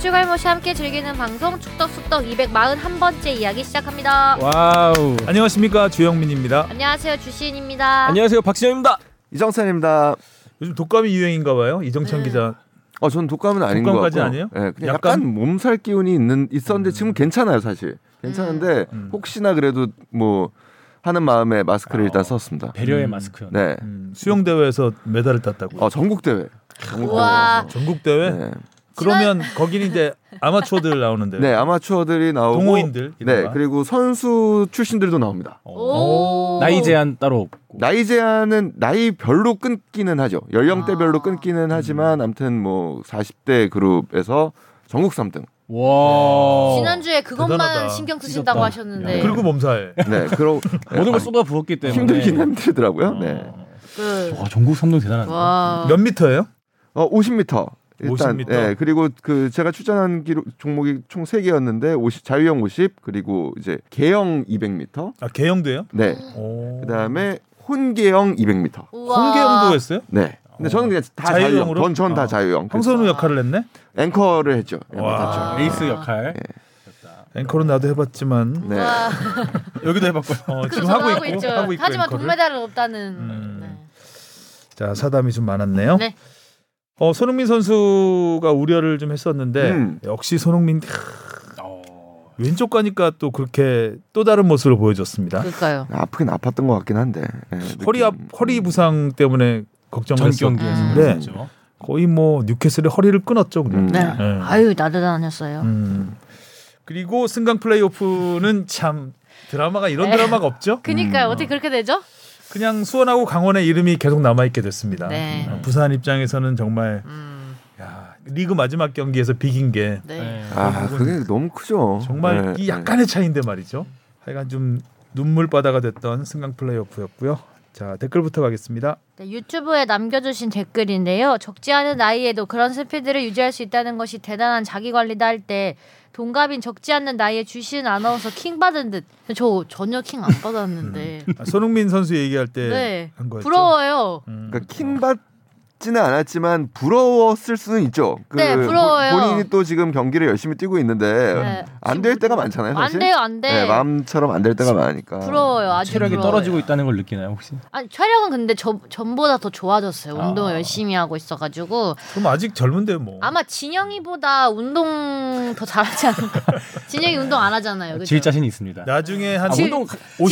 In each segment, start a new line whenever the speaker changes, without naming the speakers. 추갈모시 함께 즐기는 방송 축덕숙덕 241번째 이야기 시작합니다.
와우.
안녕하십니까 주영민입니다.
안녕하세요 주시인입니다.
안녕하세요 박진영입니다.
이정찬입니다.
요즘 독감이 유행인가봐요 이정찬
네.
기자.
어, 전 독감은 아닌 것
독감까지
같고.
아니에요?
예, 그냥 약간,
약간?
몸살 기운이 있는 있었는데 지금 괜찮아요, 사실. 괜찮은데
음.
혹시나 그래도 뭐 하는 마음에
아.
마스크를 일단 썼습니다.
배려의
음.
마스크요.
네.
음, 수영 대회에서 메달을 땄다고.
어, 전국 대회. 전국
우와.
전국 대회?
대회. 네.
그러면 거기는 이제 아마추어들 나오는데
네, 아마추어들이 나오고
동호인들.
네,
이른바. 어.
그리고 선수 출신들도 나옵니다.
네. 오.
나이 제한 따로
음.
없고.
나이 제한은 나이별로 끊기는 하죠. 연령대별로
아.
끊기는 하지만
음.
아무튼 뭐 40대 그룹에서 전국 3등.
와.
네. 지난주에 그것만
어, 대단하다.
신경 쓰신다고
찢었다.
하셨는데
그리고 몸살.
네, 그런
모든 걸 쏟아 부었기 때문에
힘들긴 힘들더라고요.
어.
네.
그-
와 전국 3등 대단하다.
와.
몇 미터예요?
어, 50m. 일단
50m.
예, 그리고 그 제가 추천한 기록 종목이 총 3개였는데 50 자유형 50 그리고 이제 개형 200m.
아 개영도예요?
네.
오.
그다음에 혼계형 200m.
우와.
홍계영도 했어요?
네. 근데 저는 그냥 다
자유형으로?
자유형. 전전 다
아.
자유형. 그래서
황선우 역할을 했네.
앵커를 했죠.
와.
앵커
아.
레이스 그렇죠. 역할.
앵커는 나도 해봤지만
네.
우와.
여기도 해봤고요.
어,
아, 그렇죠,
지금 하고 있고,
있죠.
하고 있고
하지만
앵커를.
동메달은 없다는.
음. 자 사담이 좀 많았네요.
네.
어 손흥민 선수가 우려를 좀 했었는데
음.
역시 손흥민 캬,
어.
왼쪽 가니까 또 그렇게 또 다른 모습을 보여줬습니다.
그럴까요?
아프긴 아팠던 것 같긴 한데. 예,
그
허리 앞
느낌.
허리 부상 때문에
전
걱정을 했었
경기에서 그렇죠.
음.
그랬었죠.
거의 뭐 뉴캐슬의 허리를 끊었죠 그냥.
음.
네.
네.
아유 나대단하셨어요.
음. 그리고 승강 플레이오프는 참 드라마가 이런
네.
드라마가 없죠.
그니까요
음.
어떻게 그렇게 되죠?
그냥 수원하고 강원의 이름이 계속 남아 있게 됐습니다.
네.
어, 부산 입장에서는 정말
음.
야, 리그 마지막 경기에서 비긴 게
네.
아, 그게 너무 크죠.
정말
네,
이 약간의 차이인데 말이죠. 하여간 좀 눈물 바다가 됐던 승강 플레이오프였고요. 자 댓글부터 가겠습니다.
네, 유튜브에 남겨주신 댓글인데요. 적지 않은 나이에도 그런 스피드를 유지할 수 있다는 것이 대단한 자기관리다 할 때 동갑인 적지 않는 나이에 주신 아나운서 킹 받은 듯. 근데 저 전혀 킹 안 받았는데.
음.
아, 손흥민 선수 얘기할 때
네.
한 거였죠.
부러워요.
음.
그러니까 킹 받지는 않았지만 부러웠을 수는 있죠. 그
네, 부러워요.
본- 본인이 또 지금 경기를 열심히 뛰고 있는데
네.
음. 안 될 때가 많잖아요,
안
사실.
돼요, 안 돼.
네, 마음처럼 안 될 때가 많으니까.
부러워요. 아주
체력이
부러워요.
떨어지고 있다는 걸 느끼나요 혹시?
아니 촬영은 근데 저, 전보다 더 좋아졌어요. 운동을
아.
열심히 하고 있어가지고
그럼 아직 젊은데 뭐.
아마 진영이보다 운동 더 잘하지 않을까. 진영이 운동 안 하잖아요. 그죠?
질 자신 있습니다.
나중에 한
아,
질-
운동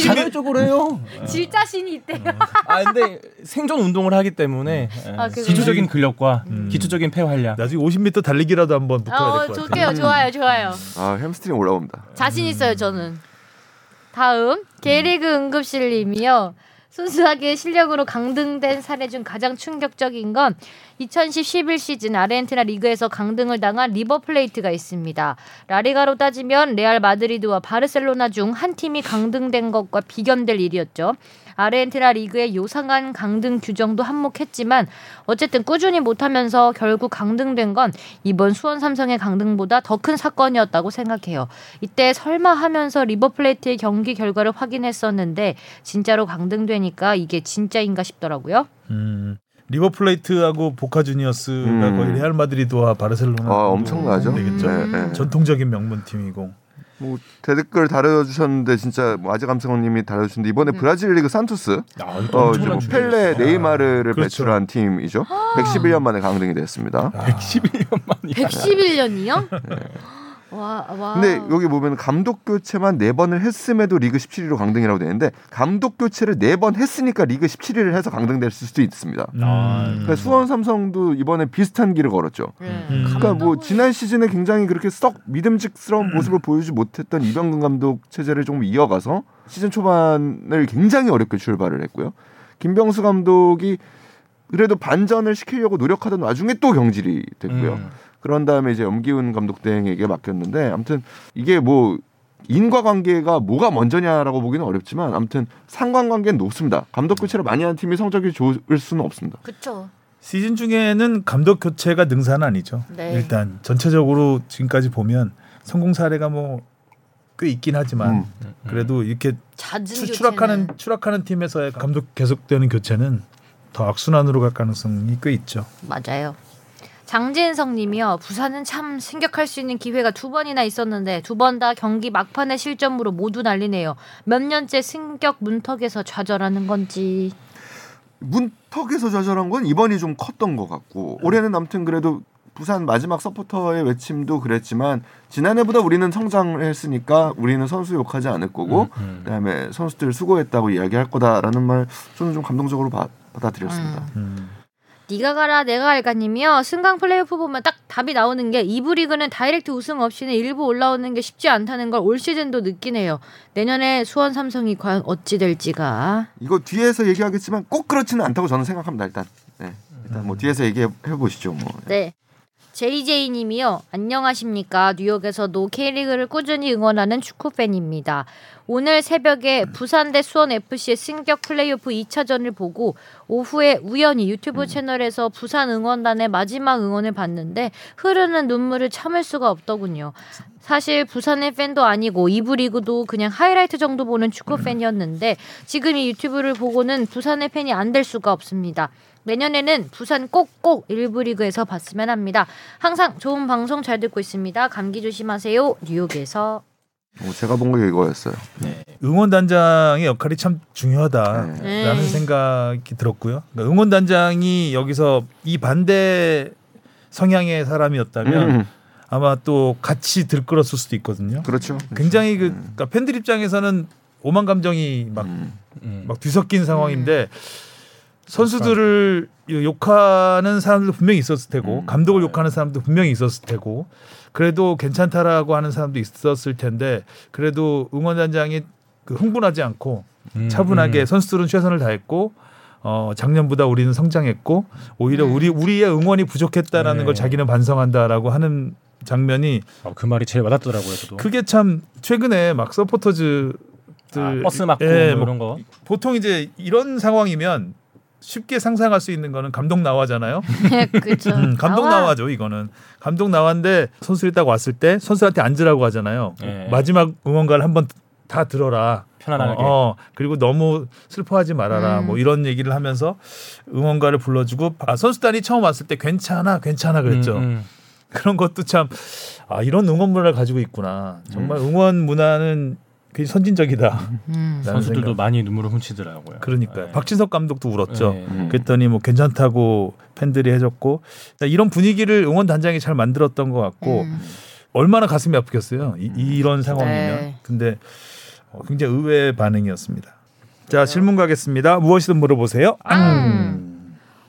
자발적으로
음.
해요.
질 자신이 있대요.
아 근데 생존 운동을 하기 때문에
아,
예,
그거요?
기초적인 근력과
음.
기초적인 폐 활량.
나중에 50m 달리기라도 한번 붙어야
어,
될 것 같아요.
좋게요. 좋아요. 음. 좋아요.
아, 햄스트링 올라옵니다.
자신 있어요, 저는. 다음 게리그 응급실 님이요. 순수하게 실력으로 강등된 사례 중 가장 충격적인 건 2010-11 시즌 아르헨티나 리그에서 강등을 당한 리버플레이트가 있습니다. 라리가로 따지면 레알 마드리드와 바르셀로나 중 한 팀이 강등된 것과 비견될 일이었죠. 아르헨티나 리그의 요상한 강등 규정도 한몫했지만 어쨌든 꾸준히 못하면서 결국 강등된 건 이번 수원 삼성의 강등보다 더 큰 사건이었다고 생각해요. 이때 설마 하면서 리버플레이트의 경기 결과를 확인했었는데 진짜로 강등되니까 이게 진짜인가 싶더라고요.
음, 리버플레이트하고 보카 주니어스가
음.
거의 레알 마드리드와 바르셀로나
아, 엄청나죠.
되겠죠. 음.
네,
음.
네.
전통적인 명문 팀이고.
뭐 대댓글 다뤄주셨는데 진짜 뭐 아재 감성님이 다뤄주셨는데 이번에
음.
브라질 리그 산투스
음.
아, 이거
어, 이제
엄청난
뭐
준비였어요.
펠레 네이마르를
그렇죠.
배출한 팀이죠.
아.
111년 만에 강등이 됐습니다.
아, 11년 만이.
111년이요? 와, 와.
네. 근데 여기 보면 감독 교체만 네 번을 했음에도 리그 17위로 강등이라고 되는데 감독 교체를 네 번 했으니까 리그 17위를 해서 강등될 수도 있습니다.
아,
음.
그러니까 수원 삼성도 이번에 비슷한 길을 걸었죠.
네.
음.
그러니까 뭐
감독이-
지난 시즌에 굉장히 그렇게 썩 믿음직스러운 모습을 보여주지 못했던 이병근 감독 체제를 조금 이어가서 시즌 초반을 굉장히 어렵게 출발을 했고요. 김병수 감독이 그래도 반전을 시키려고 노력하던 와중에 또 경질이 됐고요.
음.
그런 다음에 이제 엄기훈 감독 대행에게 맡겼는데 아무튼 이게 뭐 인과관계가 뭐가 먼저냐라고 보기는 어렵지만 아무튼 상관관계는 높습니다. 감독 교체를 많이 하는 팀이 성적이 좋을 수는 없습니다.
그쵸.
시즌 중에는 감독 교체가 능사는 아니죠.
네.
일단 전체적으로 지금까지 보면 성공 사례가 뭐 꽤 있긴 하지만 그래도 이렇게
잦은
추,
교체는-
추락하는 추락하는 팀에서의 감독 계속되는 교체는 더 악순환으로 갈 가능성이 꽤 있죠.
맞아요. 장진성님이요. 부산은 참 생각할 수 있는 기회가 두 번이나 있었는데 두 번 다 경기 막판에 실점으로 모두 난리네요. 몇 년째 승격 문턱에서 좌절하는 건지.
문턱에서 좌절한 건 이번이 좀 컸던 것 같고 올해는 아무튼 그래도 부산 마지막 서포터의 외침도 그랬지만 지난해보다 우리는 성장을 했으니까 우리는 선수 욕하지 않을 거고
음.
그다음에 선수들 수고했다고 이야기할 거다라는 말 저는 좀 감동적으로 받, 아들였습니다
음.
니가 가라 내가 알가님이요 승강 플레이오프 보면 딱 답이 나오는 게 2부 리그는 다이렉트 우승 없이는 일부 올라오는 게 쉽지 않다는 걸 올 시즌도 느끼네요 내년에 수원 삼성이 과연 어찌 될지가
이거 뒤에서 얘기하겠지만 꼭 그렇지는 않다고 저는 생각합니다. 일단 네. 일단
음.
뭐 뒤에서 얘기해 보시죠. 뭐.
네 JJ님이요 안녕하십니까 뉴욕에서도 K리그를 꾸준히 응원하는 축구팬입니다 오늘 새벽에 부산 대 수원 FC의 승격 플레이오프 2차전을 보고 오후에 우연히 유튜브 채널에서 부산 응원단의 마지막 응원을 봤는데 흐르는 눈물을 참을 수가 없더군요. 사실 부산의 팬도 아니고 이부 리그도 그냥 하이라이트 정도 보는 축구
음.
팬이었는데 지금 이 유튜브를 보고는 부산의 팬이 안 될 수가 없습니다. 내년에는 부산 꼭꼭 일부 리그에서 봤으면 합니다. 항상 좋은 방송 잘 듣고 있습니다. 감기 조심하세요. 뉴욕에서
어, 제가 본 게 이거였어요.
응원단장의 역할이 참 중요하다라는
네. 네.
생각이 들었고요. 그러니까 응원단장이 여기서 이 반대 성향의 사람이었다면
음,
아마 또 같이 들끓었을 수도 있거든요.
그렇죠.
굉장히 그 그러니까 팬들 입장에서는 오만 감정이 막
음.
음.
막 뒤섞인 상황인데 선수들을 욕하는 사람도 분명히 있었을 테고
음.
감독을 욕하는 사람도 분명히 있었을 테고 그래도 괜찮다라고 하는 사람도 있었을 텐데 그래도 응원단장이 그 흥분하지 않고
음,
차분하게
음.
선수들은 최선을 다했고 어 작년보다 우리는 성장했고 오히려
음.
우리 우리의 응원이 부족했다라는
네.
걸 자기는 반성한다라고 하는 장면이
아, 그 말이 제일 와닿더라고요.
그렇죠.
저도.
그게 참 최근에 막 서포터즈들
아, 버스 막고 뭐
예, 뭐
이런 거.
보통 이제 이런 상황이면 쉽게 상상할 수 있는 거는 감독 나와잖아요.
그렇죠.
음, 감독 나와. 죠 이거는 감독 나와인데 선수들이 딱 왔을 때 선수한테 앉으라고 하잖아요.
예.
마지막 응원가를 한번 다 들어라.
편안하게.
어, 어, 그리고 너무 슬퍼하지 말아라.
음.
뭐 이런 얘기를 하면서 응원가를 불러주고 아, 선수단이 처음 왔을 때 괜찮아, 괜찮아 그랬죠.
음, 음.
그런 것도 참 아, 이런 응원 문화를 가지고 있구나. 정말
음.
응원 문화는 굉장히 선진적이다.
음.
선수들도
생각.
많이 눈물을 훔치더라고요.
그러니까
네.
요
예.
박진석 감독도 울었죠.
예.
음.
그랬더니 뭐 괜찮다고 팬들이 해줬고 그러니까 이런 분위기를 응원 단장이 잘 만들었던 것 같고
음.
얼마나 가슴이 아프겠어요
음.
이, 런 상황이면
네.
근데 어, 굉장히 의외의 반응이었습니다 자 질문 가겠습니다 무엇이든 물어보세요
음.
앙.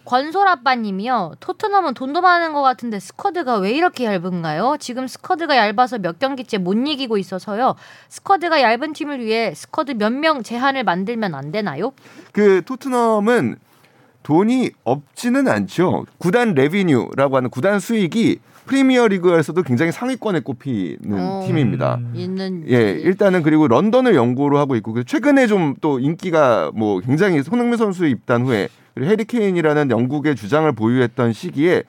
권솔 아빠님이요. 토트넘은 돈도 많은 것 같은데 스쿼드가 왜 이렇게 얇은가요? 지금 스쿼드가 얇아서 몇 경기째 못 이기고 있어서요. 스쿼드가 얇은 팀을 위해 스쿼드 몇 명 제한을 만들면 안 되나요?
그 토트넘은 돈이 없지는 않죠. 구단 레비뉴라고 하는 구단 수익이 프리미어 리그에서도 굉장히 상위권에 꼽히는
어.
팀입니다.
있는
예, 일단은 그리고 런던을 연고로 하고 있고 그래서 최근에 좀 또 인기가 뭐 굉장히 손흥민 선수의 입단 후에 그리고 해리 케인이라는 영국의 주장을 보유했던 시기에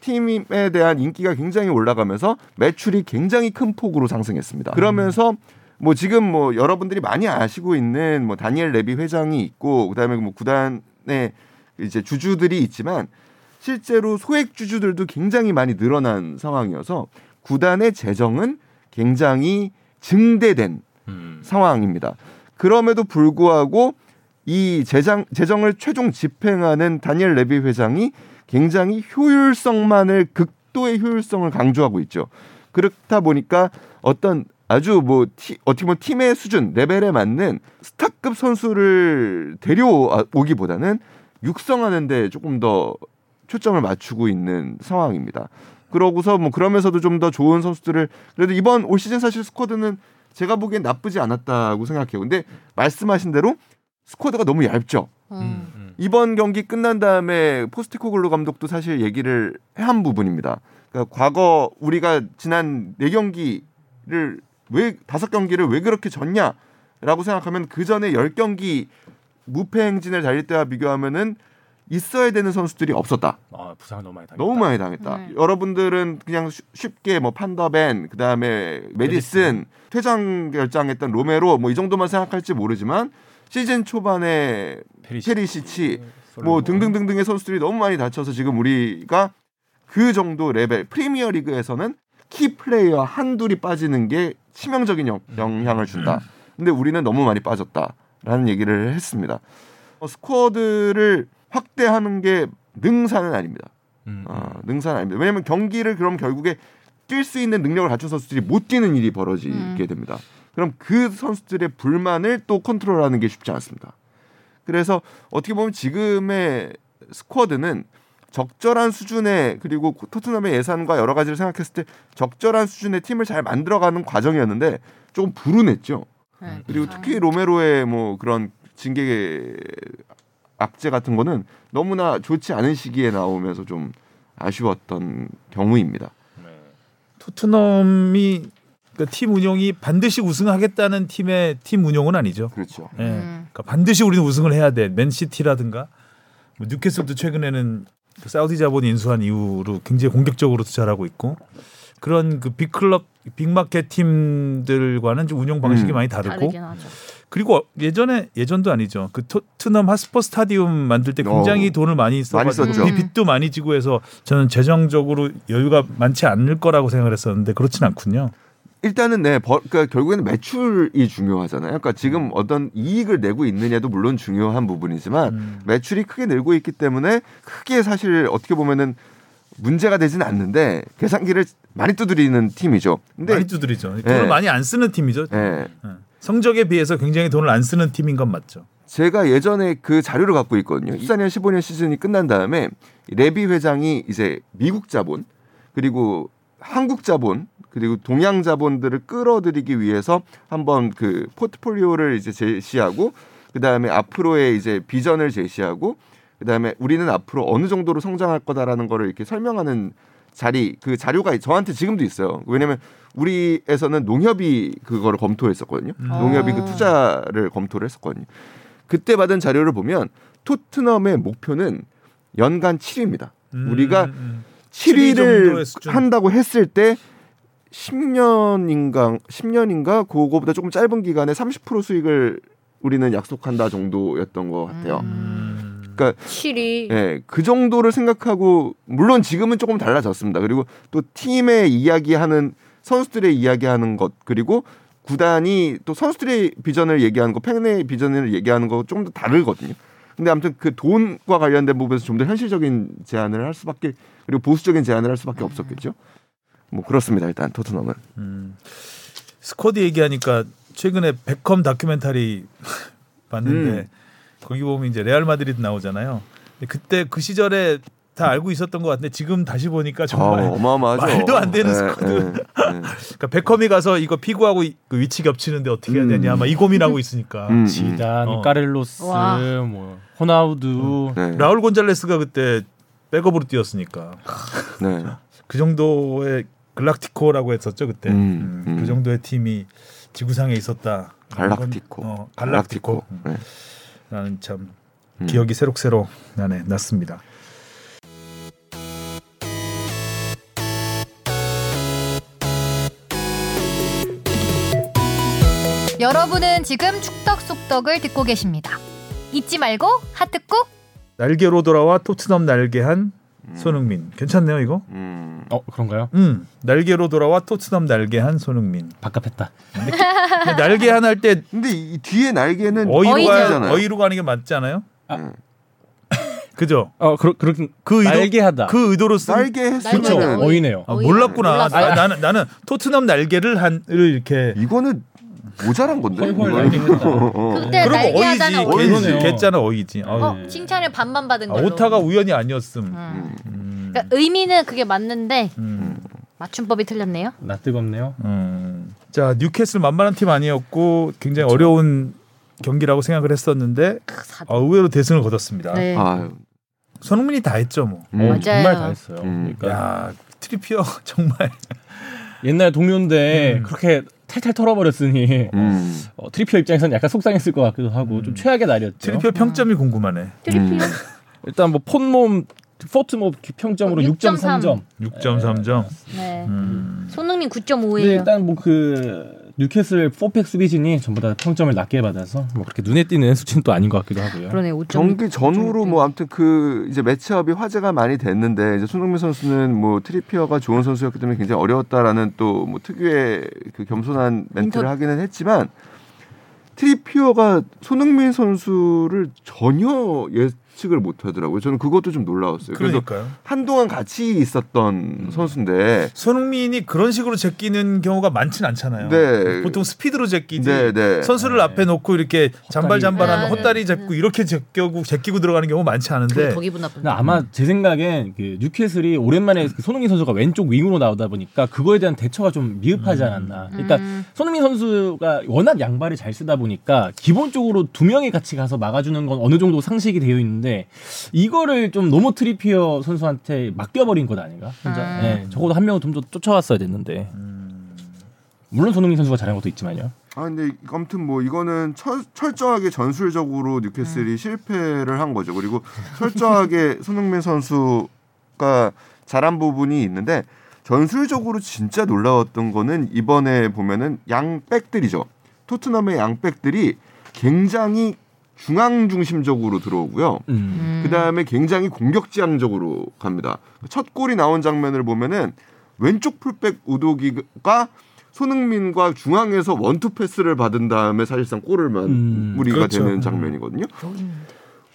팀에 대한 인기가 굉장히 올라가면서 매출이 굉장히 큰 폭으로 상승했습니다. 그러면서 뭐 지금 뭐 여러분들이 많이 아시고 있는 뭐 다니엘 레비 회장이 있고 그다음에 뭐 구단의 이제 주주들이 있지만 실제로 소액 주주들도 굉장히 많이 늘어난 상황이어서 구단의 재정은 굉장히 증대된
음.
상황입니다. 그럼에도 불구하고 이 재정, 재정을 최종 집행하는 다니엘 레비 회장이 굉장히 효율성만을 극도의 효율성을 강조하고 있죠. 그렇다 보니까 어떤 아주 뭐 티- 어떻게 보면 팀의 수준 레벨에 맞는 스타급 선수를 데려오기보다는 육성하는 데 조금 더 초점을 맞추고 있는 상황입니다. 그러고서 뭐 그러면서도 좀 더 좋은 선수들을 그래도 이번 올 시즌 사실 스쿼드는 제가 보기엔 나쁘지 않았다고 생각해요. 근데 말씀하신 대로 스쿼드가 너무 얇죠.
음.
이번 경기 끝난 다음에 포스티코글로 감독도 사실 얘기를 한 부분입니다. 그러니까 과거 우리가 지난 네 경기를 왜 다섯 경기를 왜 그렇게 졌냐라고 생각하면 그 전에 열 경기 무패 행진을 달릴 때와 비교하면은 있어야 되는 선수들이 없었다.
아, 부상 너무 많이 당했다.
너무 많이 당했다.
네.
여러분들은 그냥 쉬- 쉽게 뭐 판더벤 그다음에 메디슨 퇴장 결정했던 로메로 뭐 이 정도만 생각할지 모르지만 시즌 초반에
페리시. 음.
체리시치 뭐
솔로몬.
등등등등의 선수들이 너무 많이 다쳐서 지금 우리가 그 정도 레벨 프리미어 리그에서는 키 플레이어 한둘이 빠지는 게 치명적인 영, 향을 준다. 근데 우리는 너무 많이 빠졌다라는 얘기를 했습니다. 어, 스쿼드를 확대하는 게 능사는 아닙니다.
음,
어, 능사는 아닙니다. 왜냐하면 경기를 그럼 결국에 뛸 수 있는 능력을 갖춘 선수들이 못 뛰는 일이 벌어지게
음.
됩니다. 그럼 그 선수들의 불만을 또 컨트롤하는 게 쉽지 않습니다. 그래서 어떻게 보면 지금의 스쿼드는 적절한 수준의 그리고 토트넘의 예산과 여러 가지를 생각했을 때 적절한 수준의 팀을 잘 만들어가는 과정이었는데 조금 불운했죠.
네,
그리고
그렇죠.
특히 로메로의 뭐 그런 징계 악재 같은 거는 너무나 좋지 않은 시기에 나오면서 좀 아쉬웠던 경우입니다.
네.
토트넘이 그러니까 팀 운영이 반드시 우승하겠다는 팀의 팀 운영은 아니죠.
그렇죠.
예.
음.
그러니까 반드시 우리는 우승을 해야 돼. 맨시티라든가 뭐 뉴캐슬도 최근에는 그 사우디 자본 인수한 이후로 굉장히 공격적으로 투자하고 있고 그런 그 빅클럽 빅마켓 팀들과는 좀 운영 방식이
음.
많이 다르고
다르긴 하죠.
그리고 예전에 예전도 아니죠. 그 토트넘 하스퍼 스타디움 만들 때 굉장히
어.
돈을 많이 써가지고
많이 썼죠.
이 빚도 많이 지고 해서 저는 재정적으로 여유가 많지 않을 거라고 생각을 했었는데 그렇진 않군요.
일단은 네, 벌- 그러니까 결국에는 매출이 중요하잖아요. 그러니까
음.
지금 어떤 이익을 내고 있느냐도 물론 중요한 부분이지만
음.
매출이 크게 늘고 있기 때문에 크게 사실 어떻게 보면은 문제가 되진 않는데 계산기를 많이 두드리는 팀이죠. 근데
많이 두드리죠. 돈을
예.
많이 안 쓰는 팀이죠.
예,
예. 성적에 비해서 굉장히 돈을 안 쓰는 팀인 건 맞죠.
제가 예전에 그 자료를 갖고 있거든요. 14년 15년 시즌이 끝난 다음에 레비 회장이 이제 미국 자본 그리고 한국 자본 그리고 동양 자본들을 끌어들이기 위해서 한번 그 포트폴리오를 이제 제시하고 그다음에 앞으로의 이제 비전을 제시하고 그다음에 우리는 앞으로 어느 정도로 성장할 거다라는 거를 이렇게 설명하는 자리 그 자료가 저한테 지금도 있어요. 왜냐면 우리에서는 농협이 그거를 검토했었거든요. 농협이 그 투자를 검토를 했었거든요. 그때 받은 자료를 보면 토트넘의 목표는 연간 7위입니다.
음,
우리가
음. 7위
7위를
정도의 수준.
한다고 했을 때 10년인가 10년인가 그거보다 조금 짧은 기간에 30% 수익을 우리는 약속한다 정도였던 것 같아요.
음.
그러니까
7위.
예, 그 정도를 생각하고 물론 지금은 조금 달라졌습니다. 그리고 또 팀의 이야기하는 선수들의 이야기하는 것 그리고 구단이 또 선수들의 비전을 얘기하는 거 팬의 비전을 얘기하는 거 조금 더 다르거든요. 근데 아무튼 그 돈과 관련된 부분에서 좀 더 현실적인 제안을 할 수밖에 그리고 보수적인 제안을 할 수밖에 없었겠죠. 뭐 그렇습니다. 일단 토트넘은
음. 스쿼드 얘기하니까 최근에 베컴 다큐멘터리 봤는데
음.
거기 보면 이제 레알 마드리드 나오잖아요. 근데 그때 그 시절에 다 알고 있었던 것 같은데 지금 다시 보니까 정말
아, 어마어마하죠.
말도 안 되는
예,
스쿼드.
예, 예.
그러니까 베컴이 가서 이거 피구하고 이- 그 위치 겹치는데 어떻게 해야
음.
되냐 막 이 고민하고 있으니까
음, 음.
지단,
어. 음.
까렐로스,
와.
뭐 호나우두,
네,
라울 곤잘레스가 그때 백업으로 뛰었으니까
네.
그 정도의 글락티코라고 했었죠 그때 음,
음, 음.
그 정도의 팀이 지구상에 있었다
갈락티코.
어, 갈락티코
네.
나는 참
음.
기억이 새록새록 나네 났습니다
여러분은 지금 축덕 속덕을 듣고 계십니다. 잊지 말고 하트 꾹.
날개로 돌아와 토트넘 날개한 손흥민 괜찮네요 이거
음.
어 그런가요?
음 날개로 돌아와 토트넘 날개한 손흥민
바깥했다.
근데 날개한 할 때
근데 이, 이 뒤에 날개는
어이로 가
어이잖아요.
어이로 가는 게 맞지 않아요?
아.
그죠?
어 그러 그렇긴
그 의도
날개하다.
그 의도로 쓴
날개
그렇죠.
했으면은
음, 날개는
어이네요.
아,
어이.
몰랐구나.
몰랐어.
나, 나는 나는 토트넘 날개를 한을 이렇게
이거는 모자란 건데.
헐헐
네.
이거는.
날개했다.
어.
그때
그러면
네, 날개 하잖아.
어이지.
어이.
어이.
그러네요.
개짜는 어이지. 아,
어, 칭찬을 반만 받은
아,
걸로.
오타가 우연이 아니었음.
음.
음.
음,
그러니까 의미는 그게 맞는데
음,
맞춤법이 틀렸네요.
나 뜨겁네요.
음. 자 뉴캐슬 만만한 팀 아니었고 굉장히 어려운 경기라고 생각을 했었는데
크, 사도.
아, 의외로 대승을 거뒀습니다.
네.
아,
손흥민이 다 했죠 뭐.
음.
어,
맞아요.
정말 다 했어요.
음.
그러니까
야 트리피어 정말
옛날 동료인데
음.
그렇게 탈탈 털어버렸으니
음.
어, 트리피어 입장에선 약간 속상했을 것 같기도 하고 좀 최악의 날이었죠.
음. 트리피어 평점이
음.
궁금하네.
트리피오.
일단 뭐 폰몸 포트몸 평점으로
어,
6.3점.
6.3점.
네.
음.
손흥민
근데
네, 9.5예요.
일단 뭐 네, 그 뉴캐슬 포팩 수비진이 전부 다 평점을 낮게 받아서 뭐 그렇게 눈에 띄는 수치는 또 아닌 것 같기도 하고요.
그러네 5점.
경기 전후로 뭐 아무튼 그 이제 매치업이 화제가 많이 됐는데 이제 손흥민 선수는 뭐 트리피어가 좋은 선수였기 때문에 굉장히 어려웠다라는 또 뭐 특유의 그 겸손한 멘트를
인터-
하기는 했지만 트리피어가 손흥민 선수를 전혀 예측을 못 하더라고요. 저는 그것도 좀 놀라웠어요. 그래서
그러니까요.
한동안 같이 있었던 선수인데
손흥민이 그런 식으로 제끼는 경우가 많진 않잖아요.
네.
보통 스피드로 제끼지
네, 네.
선수를
네.
앞에 놓고 이렇게 잔발잔발하면
아, 네.
헛다리 잡고 이렇게 제끼고 제끼고 들어가는 경우 많지 않은데
더 기분 나쁜.
근데 아마 제 생각엔 그 뉴캐슬이 오랜만에 그 손흥민 선수가 왼쪽 윙으로 나오다 보니까 그거에 대한 대처가 좀 미흡하지 않았나. 그러니까 손흥민 선수가 워낙 양발을 잘 쓰다 보니까 기본적으로 두 명이 같이 가서 막아주는 건 어느 정도 상식이 되어 있는데 이거를 좀 너무 트리피어 선수한테 맡겨버린 것 아닌가? 혼자. 음.
음.
예, 적어도 한 명은 좀 더 쫓아왔어야 됐는데. 물론 손흥민 선수가 잘한 것도 있지만요.
아 근데 아무튼 뭐 이거는 철, 철저하게 전술적으로 뉴캐슬이 실패를 한 거죠. 그리고 철저하게 손흥민 선수가 잘한 부분이 있는데 전술적으로 진짜 놀라웠던 거는 이번에 보면은 양백들이죠. 토트넘의 양백들이 굉장히 중앙 중심적으로 들어오고요.
음.
그 다음에 굉장히 공격지향적으로 갑니다. 첫 골이 나온 장면을 보면은 왼쪽 풀백 우도기가 손흥민과 중앙에서 원투 패스를 받은 다음에 사실상 골을
음,
마무리가
그렇죠.
되는
음.
장면이거든요.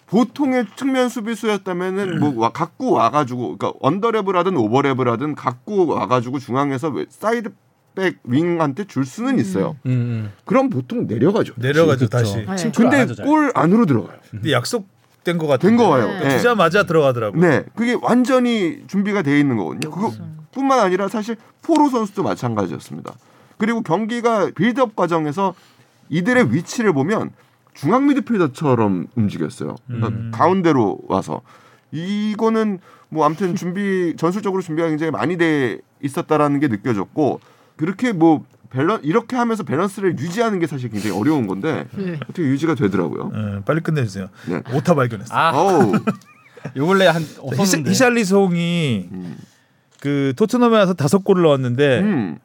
보통의 측면 수비수였다면은 뭐 와- 갖고 와가지고 그러니까 언더랩을 하든 오버랩을 하든 갖고 와가지고 중앙에서 왜- 사이드백 윙한테 줄 수는 있어요.
음, 음.
그럼 보통 내려가죠.
내려가죠 다시.
그렇죠.
네.
침투를 안
근데
하죠, 잘.
골 안으로 들어가요.
근데 약속된 것 같은.
된 거예요.
네.
예.
주자마자 들어가더라고. 요
네, 그게 완전히 준비가 돼 있는 거거든요. 그거뿐만 아니라 사실 포로 선수도 마찬가지였습니다. 그리고 경기가 빌드업 과정에서 이들의 위치를 보면 중앙 미드필더처럼 움직였어요.
음.
그러니까 가운데로 와서 이거는 뭐 아무튼 준비 전술적으로 준비가 굉장히 많이 돼 있었다라는 게 느껴졌고 그렇게 뭐 밸런 이렇게 하면서 밸런스를 유지하는 게 사실 굉장히 어려운 건데
네.
어떻게 유지가 되더라고요.
음, 빨리 끝내주세요.
네.
오타 발견했어.
아,
어우,
요 근래 한
히샬-
없었는데.
히샬리송이
음.
그 토트넘에 와서 다섯 골을 넣었는데
음.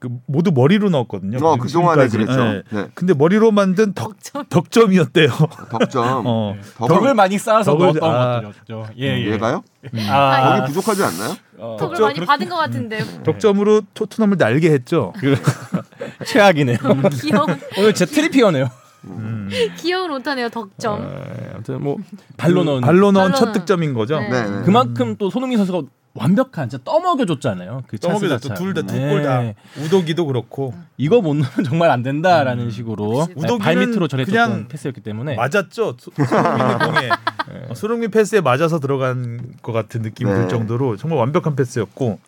그 모두 머리로 넣었거든요.
어, 그 동안에
지금까지.
그랬죠.
예.
네.
근데 머리로 만든 덕, 덕점이었대요.
네. 덕점.
어.
덕을 많이 쌓아서
덕을-
넣었던
아.
것 같아요. 예, 예.
얘가요?
아,
음, 거기 부족하지 않나요?
어,
턱을
저-
많이
그렇-
받은 것 같은데
덕점으로 네. 토트넘을 날게 했죠.
최악이네요.
귀여운
음. 오늘 제 트리피어네요.
귀여운 오타네요 덕점.
아무튼 뭐 발로 넣은
발로 넣은
발로는-
첫 득점인 거죠.
네.
네. 네.
그만큼 또 손흥민 선수가 완벽한 진짜 떠먹여줬잖아요. 그 찬스 자체를. 네.
우도기도 그렇고
이거 못 넣으면 정말 안 된다라는 식으로 네,
우도기는
발 밑으로 전했던
그냥
패스였기
네.
때문에
맞았죠. 소- 손흥민의 공에 어, 손흥민 패스에 맞아서 들어간 것 같은 느낌이
네.
들 정도로 정말 완벽한 패스였고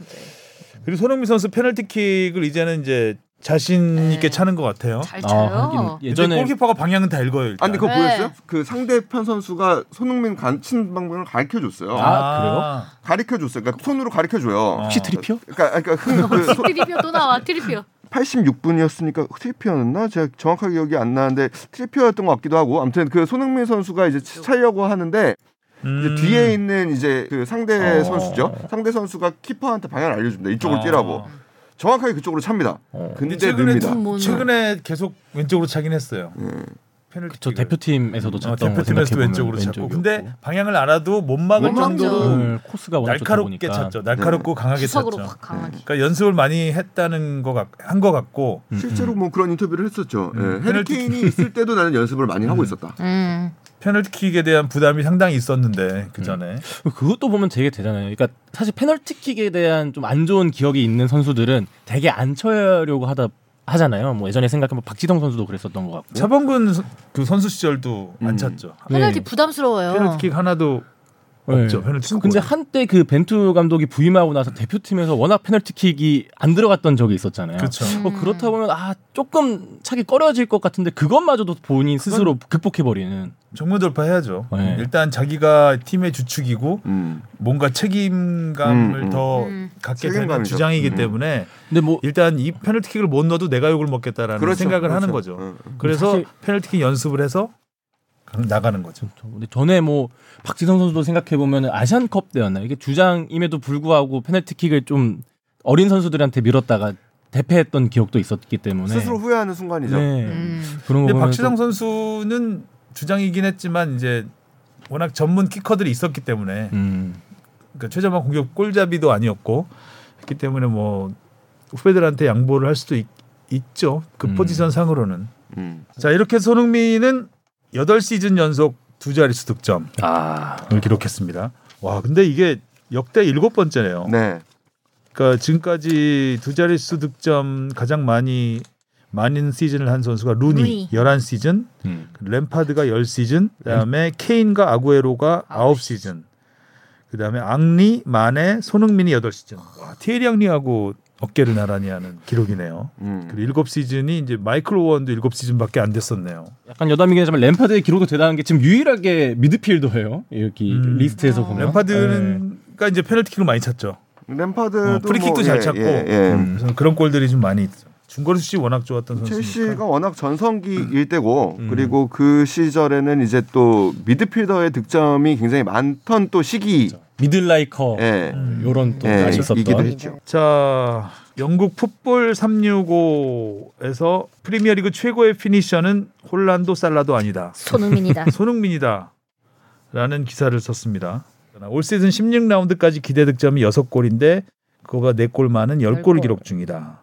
그리고 손흥민 선수 페널티킥을 이제는 이제 자신
네.
있게 차는 것 같아요.
잘
아,
쳐요.
하긴
예전에
예전에
골키퍼가 방향은 다 읽어요. 일단.
아, 근데 그거
네.
보였어요? 그 상대편 선수가 손흥민 간친 방법을 가르쳐 줬어요.
아. 그래요?
가르쳐 줬어요. 그러니까 손으로 가르쳐 줘요.
혹시 트리피어?
그러니까, 그러니까 흔-
아.
그 소-
트리피어 또 나와 트리피어.
86분이었으니까 트리피어였나? 제가 정확하게 기억이 안 나는데 트리피어였던 것 같기도 하고 아무튼 그 손흥민 선수가 이제 차려고 하는데
음.
이제 뒤에 있는 이제 그 상대
어.
선수죠. 상대 선수가 키퍼한테 방향을 알려줍니다. 이쪽을
아.
뛰라고. 정확하게 그쪽으로 찹니다.
어.
근데,
최근에
늡니다.
좀 뭐-
최근에 계속 왼쪽으로 차긴 했어요.
네.
저
페널티킥을.
대표팀에서도
어,
잤던 거
대표팀에서
생각해보면
왼쪽으로 찼고
왼쪽이었고.
근데 방향을 알아도 못 막을
못 막죠.
정도로
오늘 코스가 워낙 좋다
날카롭게
보니까.
찼죠. 날카롭고 강하게 찼죠.
구석으로 확 강하게.
그러니까 연습을 많이 했다는 거한것 같고
실제로 뭐 그런 인터뷰를 했었죠.
음.
예, 해리케인이 있을 때도 나는 연습을 많이 하고 있었다.
음.
페널티킥에 대한 부담이 상당히 있었는데 그 전에
음. 그것도 보면 되게 되잖아요. 그러니까 사실 페널티킥에 대한 좀 안 좋은 기억이 있는 선수들은 되게 안 쳐려고 하다 하잖아요. 뭐 예전에 생각하면 박지성 선수도 그랬었던 것 같고.
차범근 선- 그 선수 시절도
음.
안 찼죠.
네. 페널티 부담스러워요.
페널티킥 하나도
네.
없죠. 페널티킥.
근데
골.
한때 그 벤투 감독이 부임하고 나서 대표팀에서 워낙 페널티킥이 안 들어갔던 적이 있었잖아요.
그렇죠.
뭐 그렇다 보면 아 조금 차기 꺼려질 것 같은데 그것마저도 본인 스스로 극복해 버리는.
정면 돌파해야죠.
네.
일단 자기가 팀의 주축이고
음.
뭔가 책임감을
음, 음.
더
음.
갖게 되는
책임감이죠.
주장이기
음.
때문에
근데 뭐
일단 이 페널티킥을 못 넣어도 내가 욕을 먹겠다라는
그렇죠,
생각을 하는
그렇죠.
거죠.
응, 응.
그래서
사실-
페널티킥 연습을 해서 나가는 거죠.
근데 전에 뭐 박지성 선수도 생각해 보면 아시안컵 때였나 이게 주장임에도 불구하고 페널티킥을 좀 어린 선수들한테 밀었다가 대패했던 기억도 있었기
네.
때문에
스스로 후회하는 순간이죠.
네.
음.
그런 거
근데
보면
박지성
또-
선수는 주장이긴 했지만 이제 워낙 전문 키커들이 있었기 때문에
음.
그러니까 최전방 공격 골잡이도 아니었고 했기 때문에 뭐 후배들한테 양보를 할 수도 있, 있죠. 그
음.
포지션 상으로는.
음.
자 이렇게 손흥민은 8시즌 연속 두 자릿수 득점을
아
기록했습니다. 와 근데 이게 역대 일곱 번째네요.
네.
그러니까 지금까지 두 자릿수 득점 가장 많이 많은 시즌을 한 선수가 루니
루니.
11시즌,
음.
램파드가 10시즌, 그다음에 케인과 아구에로가 9시즌. 그다음에 앙리, 마네, 손흥민이 8시즌. 와, 티에리 앙리하고 어깨를 나란히 하는 기록이네요.
음.
그리고 7시즌이 이제 마이클 오원도 7시즌밖에 안 됐었네요.
약간 여담이긴 하지만 램파드의 기록도 대단한 게 지금 유일하게 미드필더예요 여기
음.
아.
리스트에서 보면 네.
램파드는가 이제 페널티킥을 많이 찼죠.
램파드도
어, 프리킥도
뭐,
잘
예,
찼고
예, 예.
음, 그래서 그런 골들이 좀 많이 있죠. 중거리슛이 워낙 좋았던 선수니까. 음.
첼시가 워낙 전성기일 때고 그리고 그 시절에는 이제 또 미드필더의 득점이 굉장히 많던 또 시기
미들라이커
예.
음.
요런 또
예, 이기도
아쉽었던
했죠.
자, 영국 풋볼 365에서 프리미어리그 최고의 피니셔는 홀란도 살라도 아니다.
손흥민이다.
손흥민이다. 라는 기사를 썼습니다. 올 시즌 16라운드까지 기대 득점이 6골인데 그거가 4골 많은 10골을
골.
기록 중이다.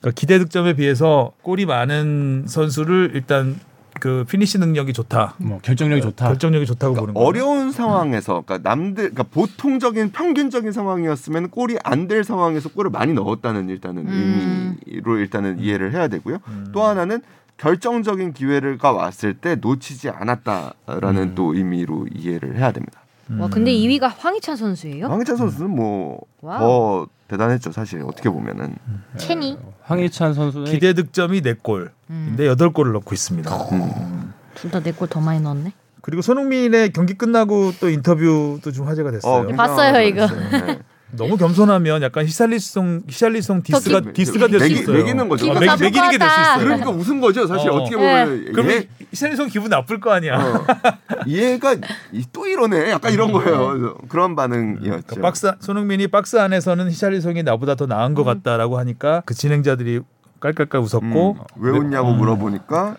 그러니까 기대 득점에 비해서 골이 많은 선수를 일단 그 피니시 능력이 좋다.
뭐 결정력이 좋다
결정력이 좋다고 보는
그러니까
거예요. 음.
어려운 상황에서 그러니까 남들 그러니까 보통적인 평균적인 상황이었으면 골이 안 될 상황에서 골을 많이 넣었다는 일단은
음.
의미로 일단은 이해를 해야 되고요.
음.
또 하나는 결정적인 기회가 왔을 때 놓치지 않았다라는
음.
또 의미로 이해를 해야 됩니다.
와 근데 2위가 황희찬 선수예요?
황희찬 선수는 뭐
와우.
더 대단했죠 사실 어떻게 보면은
체니
네.
황희찬 선수는
기대 득점이 4골인데 8골을 넣고 있습니다.
어.
둘 다 내 골 더 많이 넣었네.
그리고 손흥민의 경기 끝나고 또 인터뷰도 좀 화제가 됐어요. 음.
굉장한
봤어요, 이거.
선수였어요. 네.
너무 겸손하면 약간 희살리송 희살리송 디스가
기-
디스가 될 수
매기-
있어요.
매기는 거죠.
어,
기분
매,
나쁠
매기는 게 될 수
거다.
있어요.
그러니까 웃은 거죠 사실
어.
어. 떻게 보면
네.
그럼
얘,
희살리송 기분 나쁠 거 아니야. 그러니까
어, 얘가 이- 또 이러네 약간 이런 거예요 그래서 그런 반응이었죠.
음. 그러니까 박스 손흥민이 박스 안에서는 희살리송이 나보다 더 나은 것 같다라고 하니까 그 진행자들이 깔깔깔 웃었고
음, 왜 웃냐고 물어보니까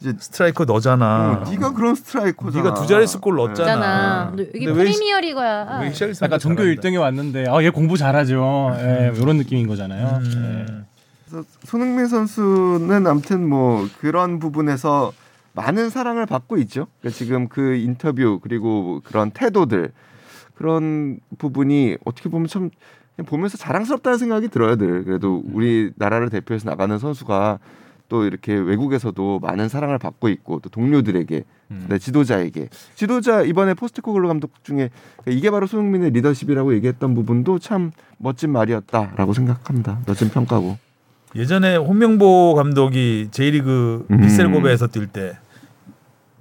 스트라이커 너잖아. 음.
어, 네가 그런 스트라이커잖아.
네가 두 자릿수 골 넣었잖아.
있잖아. 너
그러니까. 근데
이게
왜
프리미어리거야.
왜 희살리송
약간 전교 1등에 왔는데 아 얘 공부 잘하죠 예, 이런 느낌인 거잖아요
음.
예.
그래서 손흥민 선수는 아무튼 뭐 그런 부분에서 많은 사랑을 받고 있죠. 그러니까 지금 그 인터뷰 그리고 그런 태도들 그런 부분이 어떻게 보면 참 그냥 보면서 자랑스럽다는 생각이 들어요. 늘 그래도 우리 나라를 대표해서 나가는 선수가 또 이렇게 외국에서도 많은 사랑을 받고 있고 또 동료들에게 네, 지도자에게 지도자 이번에 포스트코글로 감독 중에 이게 바로 손흥민의 리더십이라고 얘기했던 부분도 참 멋진 말이었다라고 생각합니다. 멋진 평가고.
예전에 홍명보 감독이 J리그
음.
비셀고베에서 뛸 때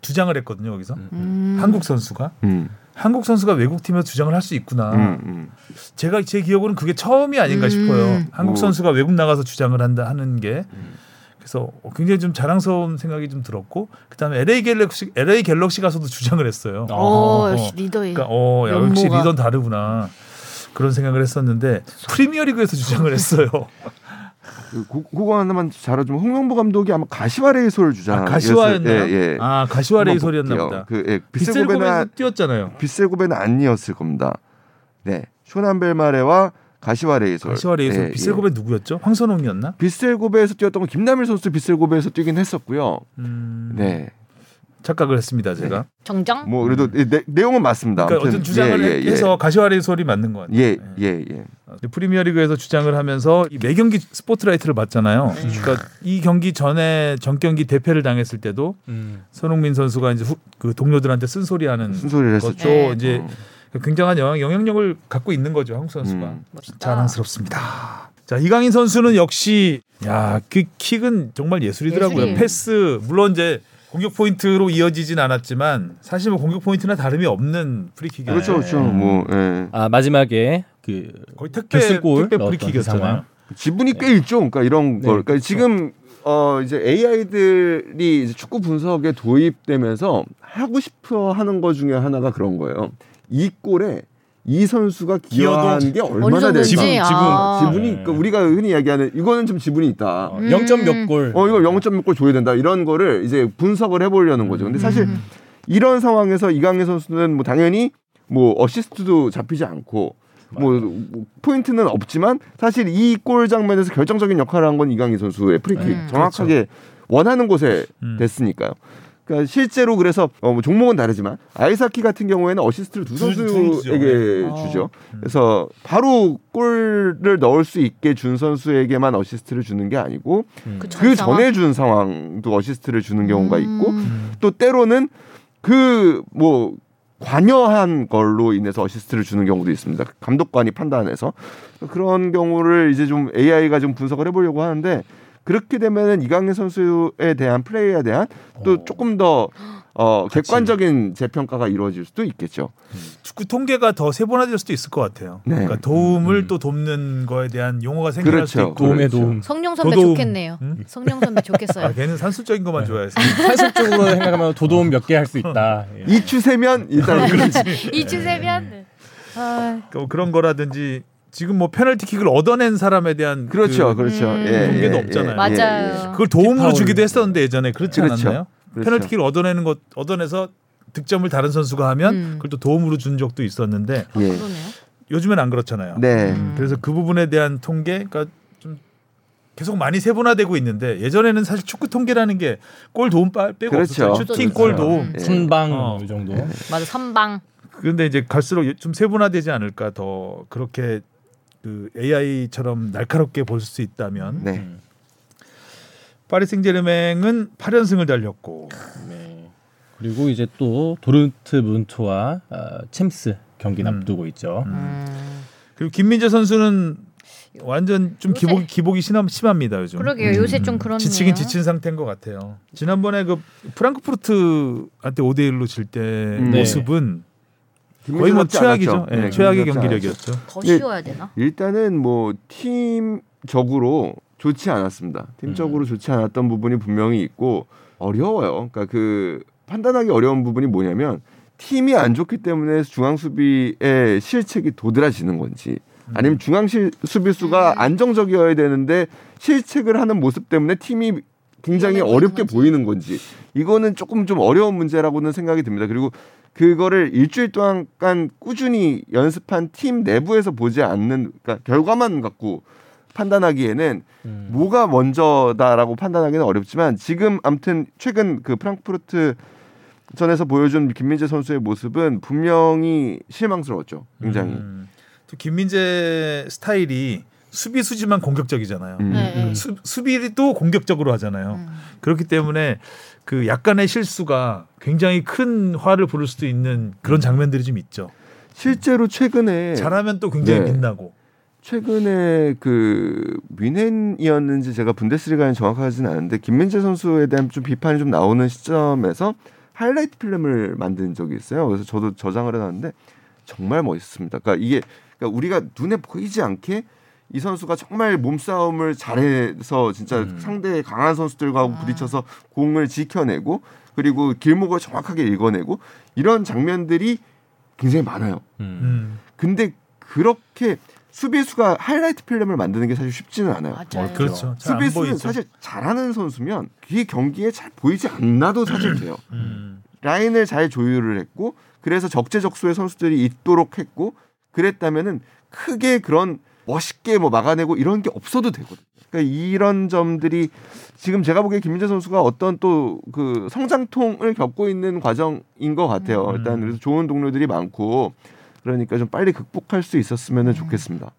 주장을 했거든요. 거기서
음.
한국 선수가
음.
한국 선수가 외국 팀에서 주장을 할 수 있구나.
음, 음.
제가 제 기억으로는 그게 처음이 아닌가
음.
싶어요. 한국
오.
선수가 외국 나가서 주장을 한다 하는 게
음.
그래서 어, 굉장히 좀 자랑스러운 생각이 좀 들었고 그다음에 LA 갤럭시 LA 갤럭시 가서도 주장을 했어요.
어.
오
어.
역시 리더이.
그러니까 어 야, 역시
면모가.
리더는 다르구나 그런 생각을 했었는데 프리미어리그에서 주장을 했어요.
그, 고- 그거 하나만 잘해주면 홍명보 감독이 아마 가시와 레이솔 주장.
아, 가시화였나요?
예, 예.
아 가시와 레이 소리였나
한번
보다.
볼게요. 그 예,
비셀고베에서
비셀고베나
뛰었잖아요.
비셀고베는 아니었을 겁니다. 네, 쇼남벨마레와 가시와 레이솔.
가시와 레이
예,
소리
예.
비셀고베 누구였죠? 황선홍이었나?
비셀고베에서 뛰었던 건 김남일 선수 비셀고베에서 뛰긴 했었고요.
음,
네,
착각을 했습니다 제가.
정정.
뭐 그래도 예, 내, 내용은 맞습니다.
그러니까
아무튼
어떤 주장을
예, 예,
해서 가시와 레이 소리 맞는 거 같아요.
예, 예, 예.
근데 프리미어리그에서 주장을 하면서 이 매경기 스포트라이트를 받잖아요. 그러니까 이 경기 전에 전경기 대패를 당했을 때도
음.
손흥민 선수가 이제 후, 그 동료들한테 쓴소리하는
무슨 소리를 했었죠? 어.
것도
네.
이제 굉장한 영향, 영향력을 갖고 있는 거죠 한국 선수가
음.
멋있다.
자랑스럽습니다. 자 이강인 선수는 역시 야그 킥은 정말 예술이더라고요.
예술이에요.
패스 물론 이제 공격 포인트로 이어지진 않았지만 사실 뭐 공격 포인트나 다름이 없는 프리킥이에요.
그렇죠, 그렇죠. 뭐 예.
아 마지막에 그
거의 택배
결승골
택배
넣었던
프리킥이었잖아요.
상황.
지분이 꽤 있죠. 그러니까 이런 걸. 그러니까 지금 어 이제 AI들이 이제 축구 분석에 도입되면서 하고 싶어 하는 거 중에 하나가 그런 거예요. 이 골에 이 선수가 기여한 게
어느
얼마나
정도인지
될까?
지분,
아.
지분이
네. 어,
그러니까 우리가 흔히 이야기하는 이거는 좀 지분이 있다.
어.
음.
0몇
네.
골.
어 이거 0점 먹고 줘야 된다 이런 거를 이제 분석을 해보려는 거죠. 근데 사실
음.
이런 상황에서 이강인 선수는 뭐 당연히 뭐 어시스트도 잡히지 않고 뭐, 뭐 포인트는 없지만 사실 이 골 장면에서 결정적인 역할을 한 건 이강인 선수의 프리킥
음.
정확하게 원하는 곳에
음.
됐으니까요. 그러니까 실제로 그래서 어, 뭐 종목은 다르지만 아이사키 같은 경우에는 어시스트를 두
두- 두
선수에게
아.
주죠. 그래서 바로 골을 넣을 수 있게 준 선수에게만 어시스트를 주는 게 아니고 그 음. 전에 준 상황도 어시스트를 주는 경우가 있고 또 때로는 그 뭐 관여한 걸로 인해서 어시스트를 주는 경우도 있습니다. 감독관이 판단해서 그런 경우를 이제 좀 AI가 좀 분석을 해보려고 하는데 그렇게 되면은 이강인 선수에 대한 플레이에 대한 또 조금 더 어, 객관적인 재평가가 이루어질 수도 있겠죠.
축구 통계가 더 세분화될 수도 있을 것 같아요.
네.
그러니까 도움을
음.
또 돕는 거에 대한 용어가 생겨날 수도
그렇죠.
있고.
도움에
그렇죠.
도움.
성룡 선배
도도움.
좋겠네요.
음?
성룡 선배
아,
좋겠어요.
걔는 산술적인 것만 좋아해서.
산술적으로 생각하면 도움 몇 개 할 수 있다. 예.
이 추세면 일단
아,
이
네.
주세면 아,
그러니까 뭐 그런 거라든지 지금 뭐 페널티킥을 얻어낸 사람에 대한 그
그렇죠, 그렇죠.
음.
예,
공개도
예,
없잖아요.
예, 예,
맞아요.
그걸 도움으로
뒷파울.
주기도 했었는데 예전에 그렇지
그렇죠.
않았나요?
그렇죠.
페널티킥을 얻어내는 것 얻어내서 득점을 다른 선수가 하면
음.
그걸 또 도움으로 준 적도 있었는데
아,
예.
그러네요.
요즘엔 안 그렇잖아요.
네.
음.
그래서 그 부분에 대한 통계, 그러니까 좀 계속 많이 세분화되고 있는데 예전에는 사실 축구 통계라는 게 골 도움 빨 빼고
그렇죠.
없었어요. 슈팅
그렇죠.
골 도움.
예.
선방
어.
이 정도.
맞아 선방.
그런데 이제 갈수록 좀 세분화되지 않을까 더 그렇게 그 AI처럼 날카롭게 볼 수 있다면
네.
파리 생제르맹은 8연승을 달렸고
네. 그리고 이제 또 도르트 문토와 아, 챔스 경기
음.
앞두고 있죠.
음.
그리고 김민재 선수는 완전 좀
요새-
기복 기복이 심함, 심합니다 요즘.
그러게요. 요새 좀 그렇네요.
음, 지치긴 지친 상태인 것 같아요. 지난번에 그 프랑크푸르트한테 5대 1로 질 때
음.
네.
모습은 거의 뭐
김민재
최악이죠.
같지
예,
않았죠. 네,
최악의
김민재 같지
경기력이었죠.
더
예.
쉬워야 되나?
일단은 뭐 팀적으로 좋지 않았습니다.
음.
팀적으로 좋지 않았던 부분이 분명히 있고 어려워요. 그러니까 그 판단하기 어려운 부분이 뭐냐면 팀이 안 좋기 때문에 중앙 수비의 실책이 도드라지는 건지
음.
아니면 중앙 실- 수비수가
음.
안정적이어야 되는데 실책을 하는 모습 때문에 팀이 굉장히
위험해
어렵게
보이는
보이는 건지 이거는 조금 좀 어려운 문제라고는 생각이 듭니다. 그리고 그거를 일주일 동안 꾸준히 연습한 팀 내부에서 보지 않는 그러니까 결과만 갖고 판단하기에는
음.
뭐가 먼저다라고 판단하기는 어렵지만 지금 암튼 최근 그 프랑크푸르트 전에서 보여준 김민재 선수의 모습은 분명히 실망스러웠죠. 굉장히.
음. 또 김민재 스타일이 수비 수지만 공격적이잖아요.
음.
네.
수, 수비도 공격적으로 하잖아요.
음.
그렇기 때문에 그 약간의 실수가 굉장히 큰 화를 부를 수도 있는 그런 장면들이 좀 있죠.
실제로 최근에
잘하면 또 굉장히
네.
빛나고.
최근에 그 뮌헨이었는지 제가 분데스리가는 정확하진 않은데 김민재 선수에 대한 좀 비판이 좀 나오는 시점에서 하이라이트 필름을 만든 적이 있어요. 그래서 저도 저장을 해놨는데 정말 멋있습니다. 그러니까 이게 그러니까 우리가 눈에 보이지 않게 이 선수가 정말 몸싸움을 잘해서 진짜 상대 강한 선수들과 부딪혀서 공을 지켜내고 그리고 길목을 정확하게 읽어내고 이런 장면들이 굉장히 많아요.
음.
음.
근데 그렇게 수비수가 하이라이트 필름을 만드는 게 사실 쉽지는 않아요.
맞아요.
그렇죠. 잘안
수비수는
보이죠.
사실 잘하는 선수면 이 경기에 잘 보이지 않나도 사실 돼요.
음.
라인을 잘 조율을 했고 그래서 적재적소의 선수들이 있도록 했고 그랬다면은 크게 그런 멋있게 뭐 막아내고 이런 게 없어도 되거든요. 그러니까 이런 점들이 지금 제가 보기에 김민재 선수가 어떤 또 그 성장통을 겪고 있는 과정인 것 같아요.
음.
일단 그래서 좋은 동료들이 많고 그러니까 좀 빨리 극복할 수
음.
있었으면 좋겠습니다.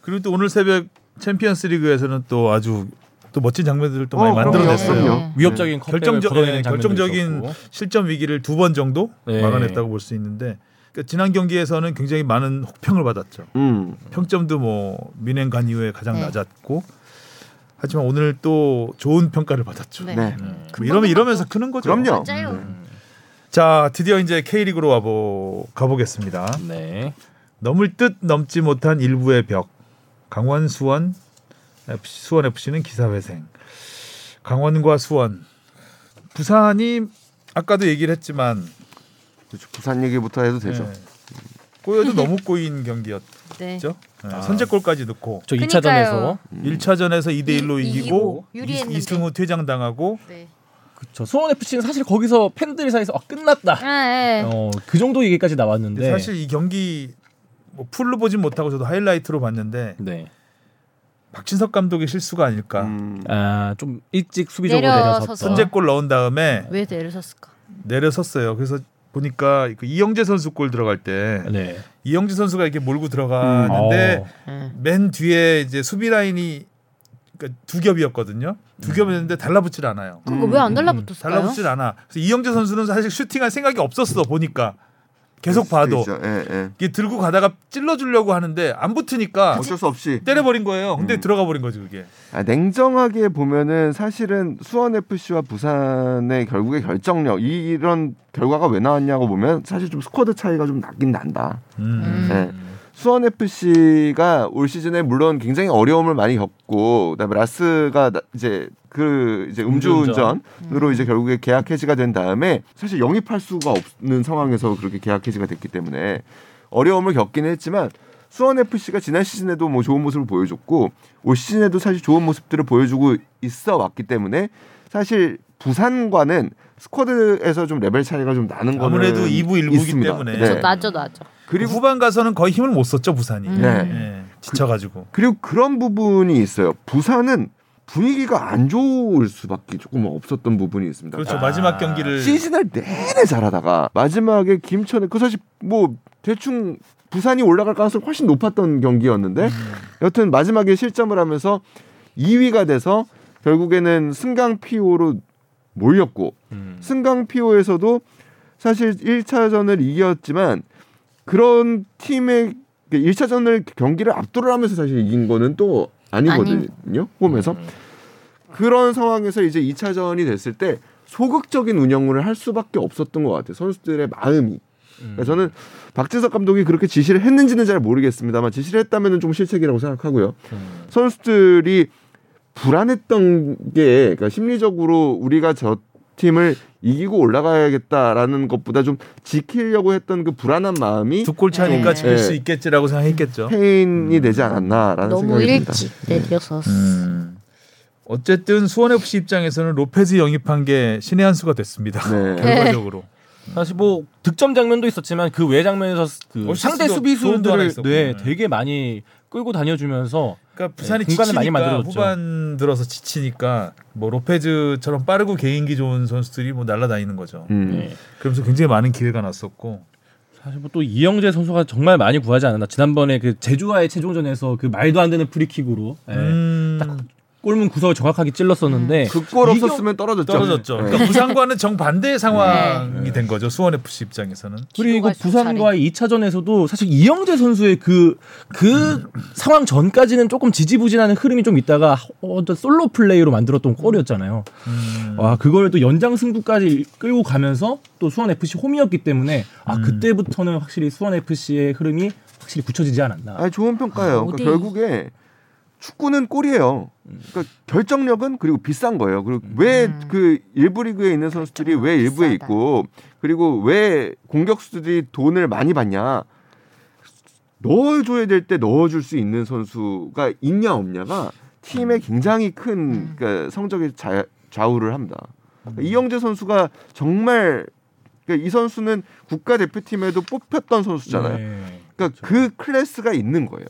그리고 또 오늘 새벽 챔피언스리그에서는 또 아주 또 멋진 장면들을 또 많이
어, 그럼요,
만들어냈어요.
그럼요.
위협적인 컵백을
결정적-
걸어내는
예,
장면도
결정적인
있었고.
실점 위기를 두 번 정도
네.
막아냈다고 볼 수 있는데 그러니까 지난 경기에서는 굉장히 많은 혹평을 받았죠.
음.
평점도 뭐 민행간 이후에 가장
네.
낮았고 하지만 오늘 또 좋은 평가를 받았죠.
네.
네.
뭐 이러면 이러면서 크는 거죠.
그럼요.
맞아요.
음. 자 드디어 이제 K리그로 와보 가보겠습니다.
네.
넘을 듯 넘지 못한 일부의 벽. 강원 수원 FC, 수원 FC는 기사회생. 강원과 수원. 부산이 아까도 얘기를 했지만
그렇죠. 부산 얘기부터 네. 해도 되죠.
예, 꼬여도 너무 꼬인 경기였죠.
음. 네.
네,
아.
선제골까지 넣고
저
그러니까요.
2차전에서
음.
일 1차전에서 2대 1로
이-
이기고,
이기고 유리했는데.
이- 이승우 퇴장당하고
네.
그쵸. 수원 FC는 사실 거기서 팬들 사이에서 아, 끝났다.
네.
어, 그 정도 얘기까지
근데
네.
나왔는데
사실 이 경기 뭐 풀로 보진 못하고 저도 하이라이트로 봤는데
네.
박진석 감독의 실수가 아닐까.
음.
아, 좀 일찍 수비적으로
내려서서.
내려서
선제골
아.
넣은 다음에
왜 내를 썼을까?
내려섰어요. 그래서 보니까 그 이영재 선수 골 들어갈 때
네.
이영재 선수가 이렇게 몰고 들어가는데
어.
음.
맨 뒤에 이제 수비 라인이 그러니까 두 겹이었거든요. 두
음.
겹이었는데 달라붙질 않아요.
그거 왜 안 달라붙었을까요?
달라붙질 않아. 그래서 이영재 선수는 사실 슈팅할 생각이 없었어 보니까 계속 봐도
그렇죠. 예, 예.
이게 들고 가다가 찔러 주려고 하는데 안 붙으니까
어쩔 수 없이
때려버린 거예요. 근데
음.
들어가 버린 거지 그게.
아, 냉정하게 보면은 사실은 수원 FC와 부산의 결국의 결정력 이- 이런 결과가 왜 나왔냐고 보면 사실 좀 스쿼드 차이가 좀 나긴 난다.
음.
예. 수원 FC가 올 시즌에 물론 굉장히 어려움을 많이 겪고 그다음에 라스가 나- 이제 그 이제 음주운전으로
음주운전.
이제 결국에 계약 해지가 된 다음에 사실 영입할 수가 없는 상황에서 그렇게 계약 해지가 됐기 때문에 어려움을 겪긴 했지만 수원 FC가 지난 시즌에도 뭐 좋은 모습을 보여줬고 올 시즌에도 사실 좋은 모습들을 보여주고 있어 왔기 때문에 사실 부산과는 스쿼드에서 좀 레벨 차이가 좀 나는 거는
아무래도 이부 일부이기
있습니다.
때문에.
네.
그렇죠.
낮죠, 낮죠.
그리고 후반 가서는 거의 힘을 못 썼죠 부산이.
음.
네.
예, 지쳐가지고.
그리고 그런 부분이 있어요. 부산은 분위기가 안 좋을 수밖에 조금 없었던 부분이 있습니다.
그렇죠 마지막 경기를
시즌을 내내 잘하다가 마지막에 김천에 그 사실 뭐 대충 부산이 올라갈 가능성이 훨씬 높았던
음.
경기였는데 여튼 마지막에 실점을 하면서 2위가 돼서 결국에는 승강 PO로 몰렸고
음.
승강 PO에서도 사실 1차전을 이겼지만 그런 팀의 그 1차전을 경기를 압도를 하면서 사실 이긴 거는 또 아니거든요. 음. 홈에서. 그런 상황에서 이제 2차전이 됐을 때 소극적인 운영을 할 수밖에 없었던 것 같아요. 선수들의 마음이. 그러니까 저는 박진석 감독이 그렇게 지시를 했는지는 잘 모르겠습니다만 지시를 했다면 좀 실책이라고 생각하고요. 선수들이 불안했던 게 그러니까 심리적으로 우리가 저 팀을 이기고 올라가야겠다라는 것보다 좀 지키려고 했던 그 불안한 마음이
두 골 차니까
네.
지킬 수 있겠지라고 생각했겠죠.
예.
페인이 되지 않았나라는
너무
생각이 듭니다.
일찍 내려섰어.
음. 어쨌든 수원 FC 입장에서는 로페즈 영입한 게 신의 한 수가 됐습니다.
네.
결과적으로.
사실 뭐 득점 장면도 있었지만 그 외 장면에서 그
어시스트도
상대
좋은 거 하나
수비수들을
있었고.
네,
네.
되게 많이 끌고 다녀주면서
그러니까 부산이
네, 공간을 많이
지치니까
만들어줬죠.
후반 들어서 지치니까 뭐 로페즈처럼 빠르고 개인기 좋은 선수들이 뭐 날아다니는 거죠.
음.
네.
그러면서 굉장히 많은 기회가 났었고
사실 뭐또 이영재 선수가 정말 많이 구하지 않았나 지난번에 그 제주와의 최종전에서 그 말도 안 되는 프리킥으로 예,
음,
골문 구석을 정확하게 찔렀었는데
그 골
이겨-
없었으면 떨어졌죠.
떨어졌죠.
네.
그러니까 부산과는 정 반대의 상황이 된 거죠. 수원 FC 입장에서는.
그리고
갈수록
부산과의 2차전에서도 사실 이영재 선수의 그 그 상황 전까지는 조금 지지부진하는 흐름이 좀 있다가 어떤 솔로 플레이로 만들었던 골이었잖아요. 와 그걸 또 연장 승부까지 끌고 가면서 또 수원 FC 홈이었기 때문에 아 그때부터는 확실히 수원 FC의 흐름이 확실히 굳혀지지 않았나.
아니 좋은 평가예요. 그러니까
어디-
결국에 축구는 골이에요. 그러니까 결정력은 그리고 비싼 거예요. 그리고
음.
왜 그 일부 리그에 있는 선수들이 왜 일부에
음. 비싸다.
있고 그리고 왜 공격수들이 돈을 많이 받냐? 넣어줘야 될 때 넣어줄 수 있는 선수가 있냐 없냐가
음.
팀에 굉장히
음.
큰 그러니까 성적에 자- 좌우를 합니다. 그러니까
음.
이영재 선수가 정말 그러니까 이 선수는 국가 대표팀에도 뽑혔던 선수잖아요.
네.
그러니까 그 클래스가 있는 거예요.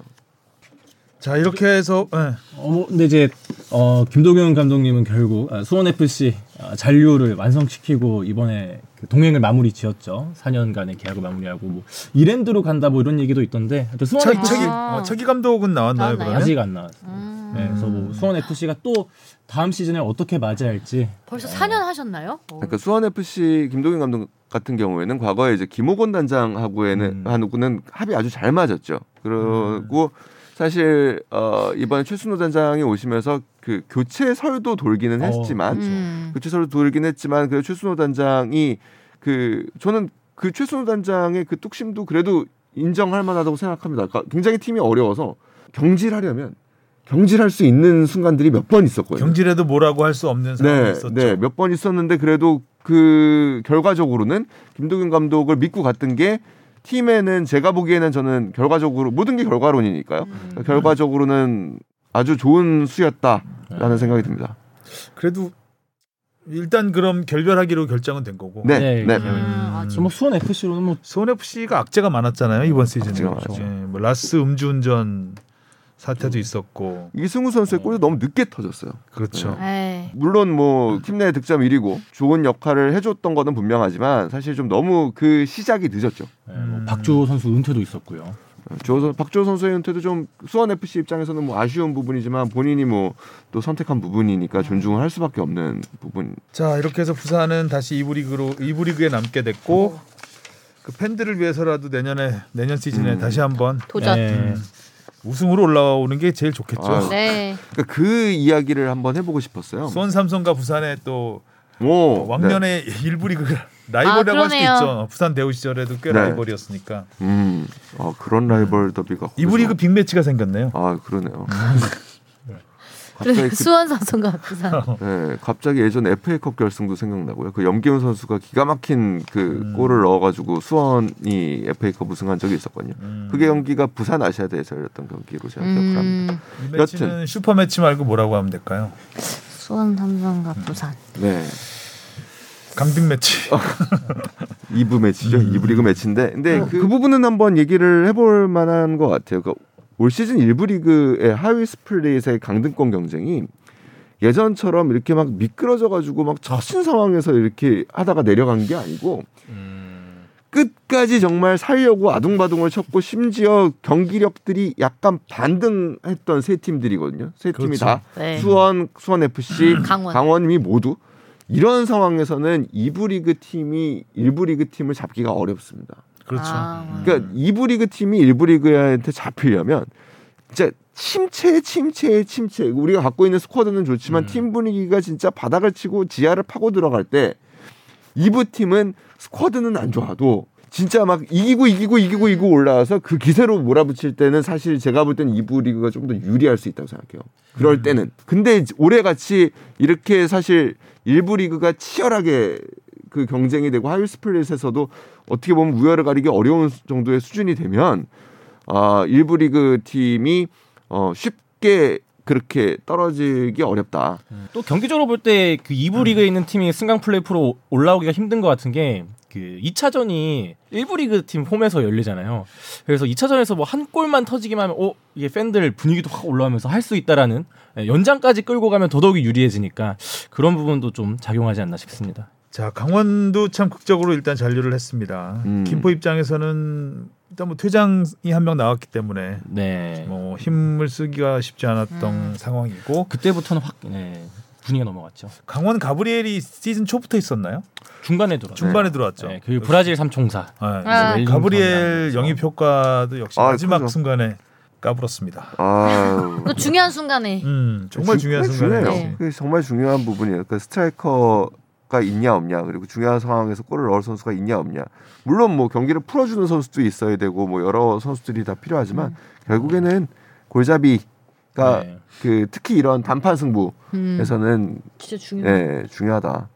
자 이렇게 해서 예.
어, 뭐, 근데 이제 어, 김도경 감독님은 결국 아, 수원 FC 아, 잔류를 완성시키고 이번에 그 동행을 마무리 지었죠. 4년간의 계약을 마무리하고 뭐 이랜드로 간다 뭐 이런 얘기도 있던데 하여튼 수원
차기
FC
차기
아.
어, 차기 감독은 나왔나요
나왔나요?
그러면?
아직 안 나왔어요.
음.
네, 그래서 뭐 수원 FC가 또 다음 시즌에 어떻게 맞이야 할지
벌써 4년 하셨나요? 어.
그러니까 수원 FC 김동균 감독 같은 경우에는 과거에 이제 김호곤 단장하고에는
음.
한우구는 합이 아주 잘 맞았죠. 그러고 사실 어 이번에 최순호 단장이 오시면서 그 교체설도 돌기는
어,
했지만
음.
교체설도 돌긴 했지만 그래도 최순호 단장이 그 저는 그 최순호 단장의 그 뚝심도 그래도 인정할 만하다고 생각합니다. 그러니까 굉장히 팀이 어려워서 경질하려면 경질할 수 있는 순간들이 몇 번 있었거든요.
경질에도 뭐라고 할 수 없는 상황이
네,
있었죠.
네, 몇 번 있었는데 그래도 그 결과적으로는 김도균 감독을 믿고 갔던 게 팀에는 제가 보기에는 저는 결과적으로 모든 게 결과론이니까요.
음.
결과적으로는 아주 좋은
네.
수였다라는 생각이 듭니다.
그래도 일단 그럼 결별하기로 결정은 된 거고.
네,
네,
네.
그냥
아,
뭐 수원 FC로는 뭐
손 FC가 악재가 많았잖아요 이번 시즌에.
악재가 많았죠.
예, 뭐 라스 음주운전 사태도 있었고.
이승우 선수의 골이 너무 늦게 터졌어요.
그렇죠.
네.
에이.
물론 뭐 팀 내 득점 1위고 좋은 역할을 해줬던 거는 분명하지만 사실 좀 너무 그 시작이 늦었죠.
네, 뭐 박주호 선수 은퇴도 있었고요.
주호 선- 박주호 선수의 은퇴도 좀 수원 FC 입장에서는 뭐 아쉬운 부분이지만 본인이 뭐 또 선택한 부분이니까 존중을 할 수밖에 없는 부분.
자 이렇게 해서 부산은 다시 이부 리그로 이부 리그에 남게 됐고 그 팬들을 위해서라도 내년에 내년 시즌에
음.
다시 한번
도전.
네.
우승으로 올라오는 게 제일 좋겠죠.
아유.
네.
그러니까 그 이야기를 한번 해보고 싶었어요.
수원 삼성과 부산의 또
오, 네.
왕년의 일부 리그가 라이벌이라고 할 수도
아, 그러네요.
있죠. 부산 대우 시절에도 꽤
네.
라이벌이었으니까
음, 아, 그런 라이벌 더비가
이부 리그 음. 빅매치가 생겼네요.
아 그러네요.
그래
갑자기 그-
그러니까 수원 삼성과 부산.
네, 갑자기 예전 FA컵 결승도 생각나고요. 그 염기훈 선수가 기가 막힌 그
음.
골을 넣어가지고 수원이 FA컵 우승한 적이 있었거든요.
음.
그게 경기가 부산 아시아 대회에서였던 경기로 제가 기억을 합니다.
음,
이 매치는
여튼.
슈퍼 매치 말고 뭐라고 하면 될까요?
수원 삼성과 부산.
음.
네,
강등 매치.
2부 매치죠. 2부
음.
리그 매치인데, 근데 그, 그 부분은 한번 얘기를 해볼 만한 것 같아요. 그러니까 올 시즌 1부 리그의 하위 스플릿의 강등권 경쟁이 예전처럼 이렇게 막 미끄러져가지고 막 처진 상황에서 이렇게 하다가 내려간 게 아니고
음.
끝까지 정말 살려고 아둥바둥을 쳤고 심지어 경기력들이 약간 반등했던 세 팀들이거든요. 세 팀이
그렇죠.
다
네.
수원, 수원 FC,
강원.
이 모두 이런 상황에서는 2부 리그 팀이 1부 리그 팀을 잡기가 어렵습니다.
그렇죠.
아.
그러니까 2부 리그 팀이 1부 리그한테 잡히려면 진짜 침체 침체 침체 우리가 갖고 있는 스쿼드는 좋지만 팀 분위기가 진짜 바닥을 치고 지하를 파고 들어갈 때 2부 팀은 스쿼드는 안 좋아도 진짜 막 이기고 이기고 이기고 이기고 올라와서 그 기세로 몰아붙일 때는 사실 제가 볼 때는 2부 리그가 좀 더 유리할 수 있다고 생각해요. 그럴 때는. 근데 올해 같이 이렇게 사실 1부 리그가 치열하게 그 경쟁이 되고 하위 스플릿에서도 어떻게 보면 우열을 가리기 어려운 수- 정도의 수준이 되면 아, 1부 리그 팀이 어, 쉽게 그렇게 떨어지기 어렵다.
또 경기적으로 볼 때 그 2부 리그에 있는 팀이 승강 플레이프로 올라오기가 힘든 것 같은 게 그 2차전이 1부 리그 팀 홈에서 열리잖아요. 그래서 2차전에서 뭐 한 골만 터지기만 하면 어 이게 팬들 분위기도 확 올라오면서 할 수 있다라는 예, 연장까지 끌고 가면 더더욱이 유리해지니까 그런 부분도 좀 작용하지 않나 싶습니다.
자 강원도 참 극적으로 일단 잔류를 했습니다.
음.
김포 입장에서는 일단 뭐 퇴장이 한 명 나왔기 때문에
네.
뭐 힘을 쓰기가 쉽지 않았던 상황이고
그때부터는 확 네, 분위기가 넘어갔죠.
강원 가브리엘이 시즌 초부터 있었나요?
중간에 들어.
중반에 들어왔죠.
네, 그 브라질 삼총사.
아,
아.
그래서 가브리엘 영입 효과도 역시
아,
마지막
그죠.
순간에 까불었습니다.
아.
또 중요한 순간에.
음, 정말
그 중- 네,
중요한 순간에
중요해요.
역시.
그게 정말 중요한 부분이에요. 그 스트라이커가 있냐 없냐 그리고 중요한 상황에서 골을 넣을 선수가 있냐 없냐. 물론 뭐 경기를 풀어주는 선수도 있어야 되고 뭐 여러 선수들이 다 필요하지만
음.
결국에는 골잡이가
네.
그 특히 이런 단판 승부에서는
음, 진짜
음.
중요. 해
예, 중요하다.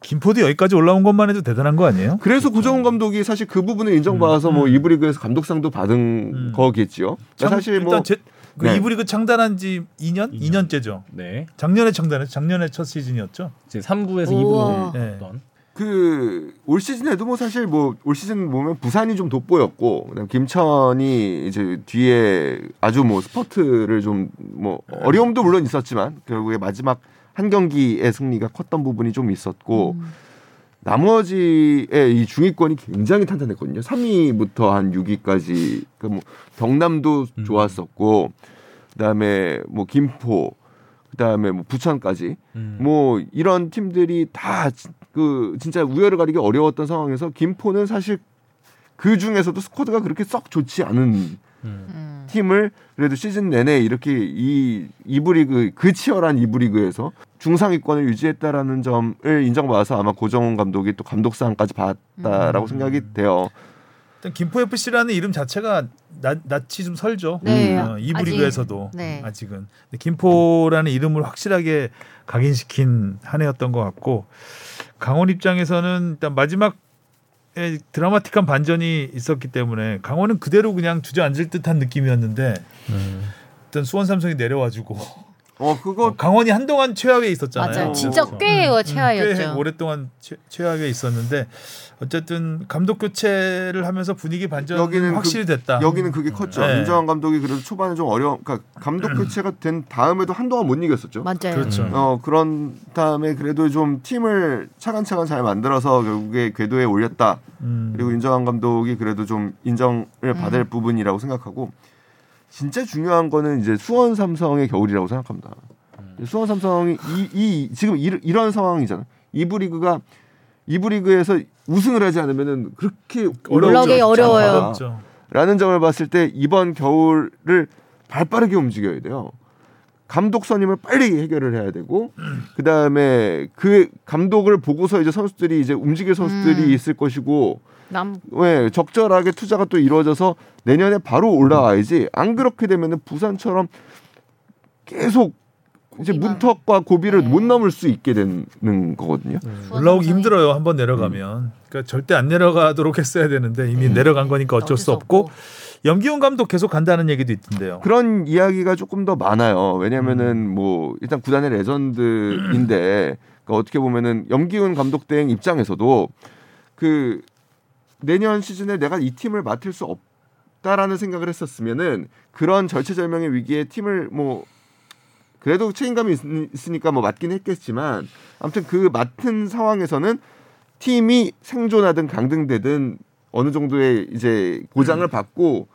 김포도 여기까지 올라온 것만 해도 대단한 거 아니에요?
그래서 고정훈 감독이 사실 그 부분을 인정받아서 뭐 이브리그에서 감독상도 받은
음.
거겠지요.
참,
그러니까 사실 뭐
일단 제, 그
네.
이브리그 창단한 지 2년? 2년. 째죠
네.
작년에 창단했죠. 작년에 첫 시즌이었죠.
이제 3부에서
우와.
2부로
네.
했던
그 올 시즌에도 뭐 사실 뭐 올 시즌 보면 부산이 좀 돋보였고 그다음 김천이 이제 뒤에 아주 뭐 스포트를 좀 뭐 어려움도 물론 있었지만 결국에 마지막 한 경기의 승리가 컸던 부분이 좀 있었고 나머지의 이 중위권이 굉장히 탄탄했거든요. 3위부터 한 6위까지 그러니까 그뭐 경남도 좋았었고 그다음에 뭐 김포 그다음에 뭐 부천까지
음,
뭐 이런 팀들이 다 그 진짜 우열을 가리기 어려웠던 상황에서 김포는 사실 그 중에서도 스쿼드가 그렇게 썩 좋지 않은
음.
팀을 그래도 시즌 내내 이렇게 이 이부 리그 그 치열한 이부 리그에서 중상위권을 유지했다라는 점을 인정받아서 아마 고정훈 감독이 또 감독상까지 받았다라고 생각이 돼요.
일단 김포 FC라는 이름 자체가 나, 낯이 좀 설죠.
네,
어, 이부
아직.
리그에서도
네.
아직은 근데 김포라는 이름을 확실하게 각인시킨 한 해였던 것 같고 강원 입장에서는 일단 마지막 드라마틱한 반전이 있었기 때문에 강원은 그대로 그냥 주저앉을 듯한 느낌이었는데 일단 수원 삼성이 내려와주고
어 그거
강원이 한동안 최하위에 있었잖아요. 어, 음.
맞아요. 진짜 꽤
꽤
최하였죠.
오랫동안 최, 최악에 있었는데 어쨌든 감독 교체를 하면서 분위기 반전은
여기는 그
확실히 됐다.
여기는 그게 컸죠.
네. 음.
임정환 감독이 그래도 초반에 좀 어려, 그러니까 감독 교체가 된 다음에도 한동안 못 이겼었죠.
맞아요.
그렇죠.
어 그런 다음에 그래도 좀 팀을 차근차근 잘 만들어서 결국에 궤도에 올렸다.
음.
그리고 임정환 감독이 그래도 좀 인정을 받을 부분이라고 생각하고 진짜 중요한 거는 이제 수원 삼성의 겨울이라고 생각합니다.
음.
수원 삼성이 이, 이 지금 이, 이런 상황이잖아요. 이부 리그가 이부 리그에서 우승을 하지 않으면은 그렇게
올라오기
어렵지
어려워요.
않다.
그렇죠.
라는 점을 봤을 때 이번 겨울을 발빠르게 움직여야 돼요. 감독 선임을 빨리 해결을 해야 되고 그다음에 그 감독을 보고서 이제 선수들이 이제 움직일 선수들이
음.
있을 것이고
남
음.
왜 적절하게 투자가 또 이루어져서 내년에 바로 올라와야지 안 그렇게 되면은 부산처럼 계속 이제
고비만.
문턱과 고비를
네.
못 넘을 수 있게 되는 거거든요.
올라오기 힘들어요. 한번 내려가면. 그러니까 절대 안 내려가도록 했어야 되는데 이미
음.
음.
내려간 거니까 어쩔 수 없고 염기훈 감독 계속 간다는 얘기도 있던데요.
그런 이야기가 조금 더 많아요. 왜냐면은 뭐 일단 구단의 레전드인데 그러니까 어떻게 보면은 염기훈 감독 대행 입장에서도 그 내년 시즌에 내가 이 팀을 맡을 수 없다라는 생각을 했었으면은 그런 절체절명의 위기에 팀을 뭐 그래도 책임감이 있- 있으니까 뭐 맡긴 했겠지만 아무튼 그 맡은 상황에서는 팀이 생존하든 강등되든 어느 정도의 이제 보장을 받고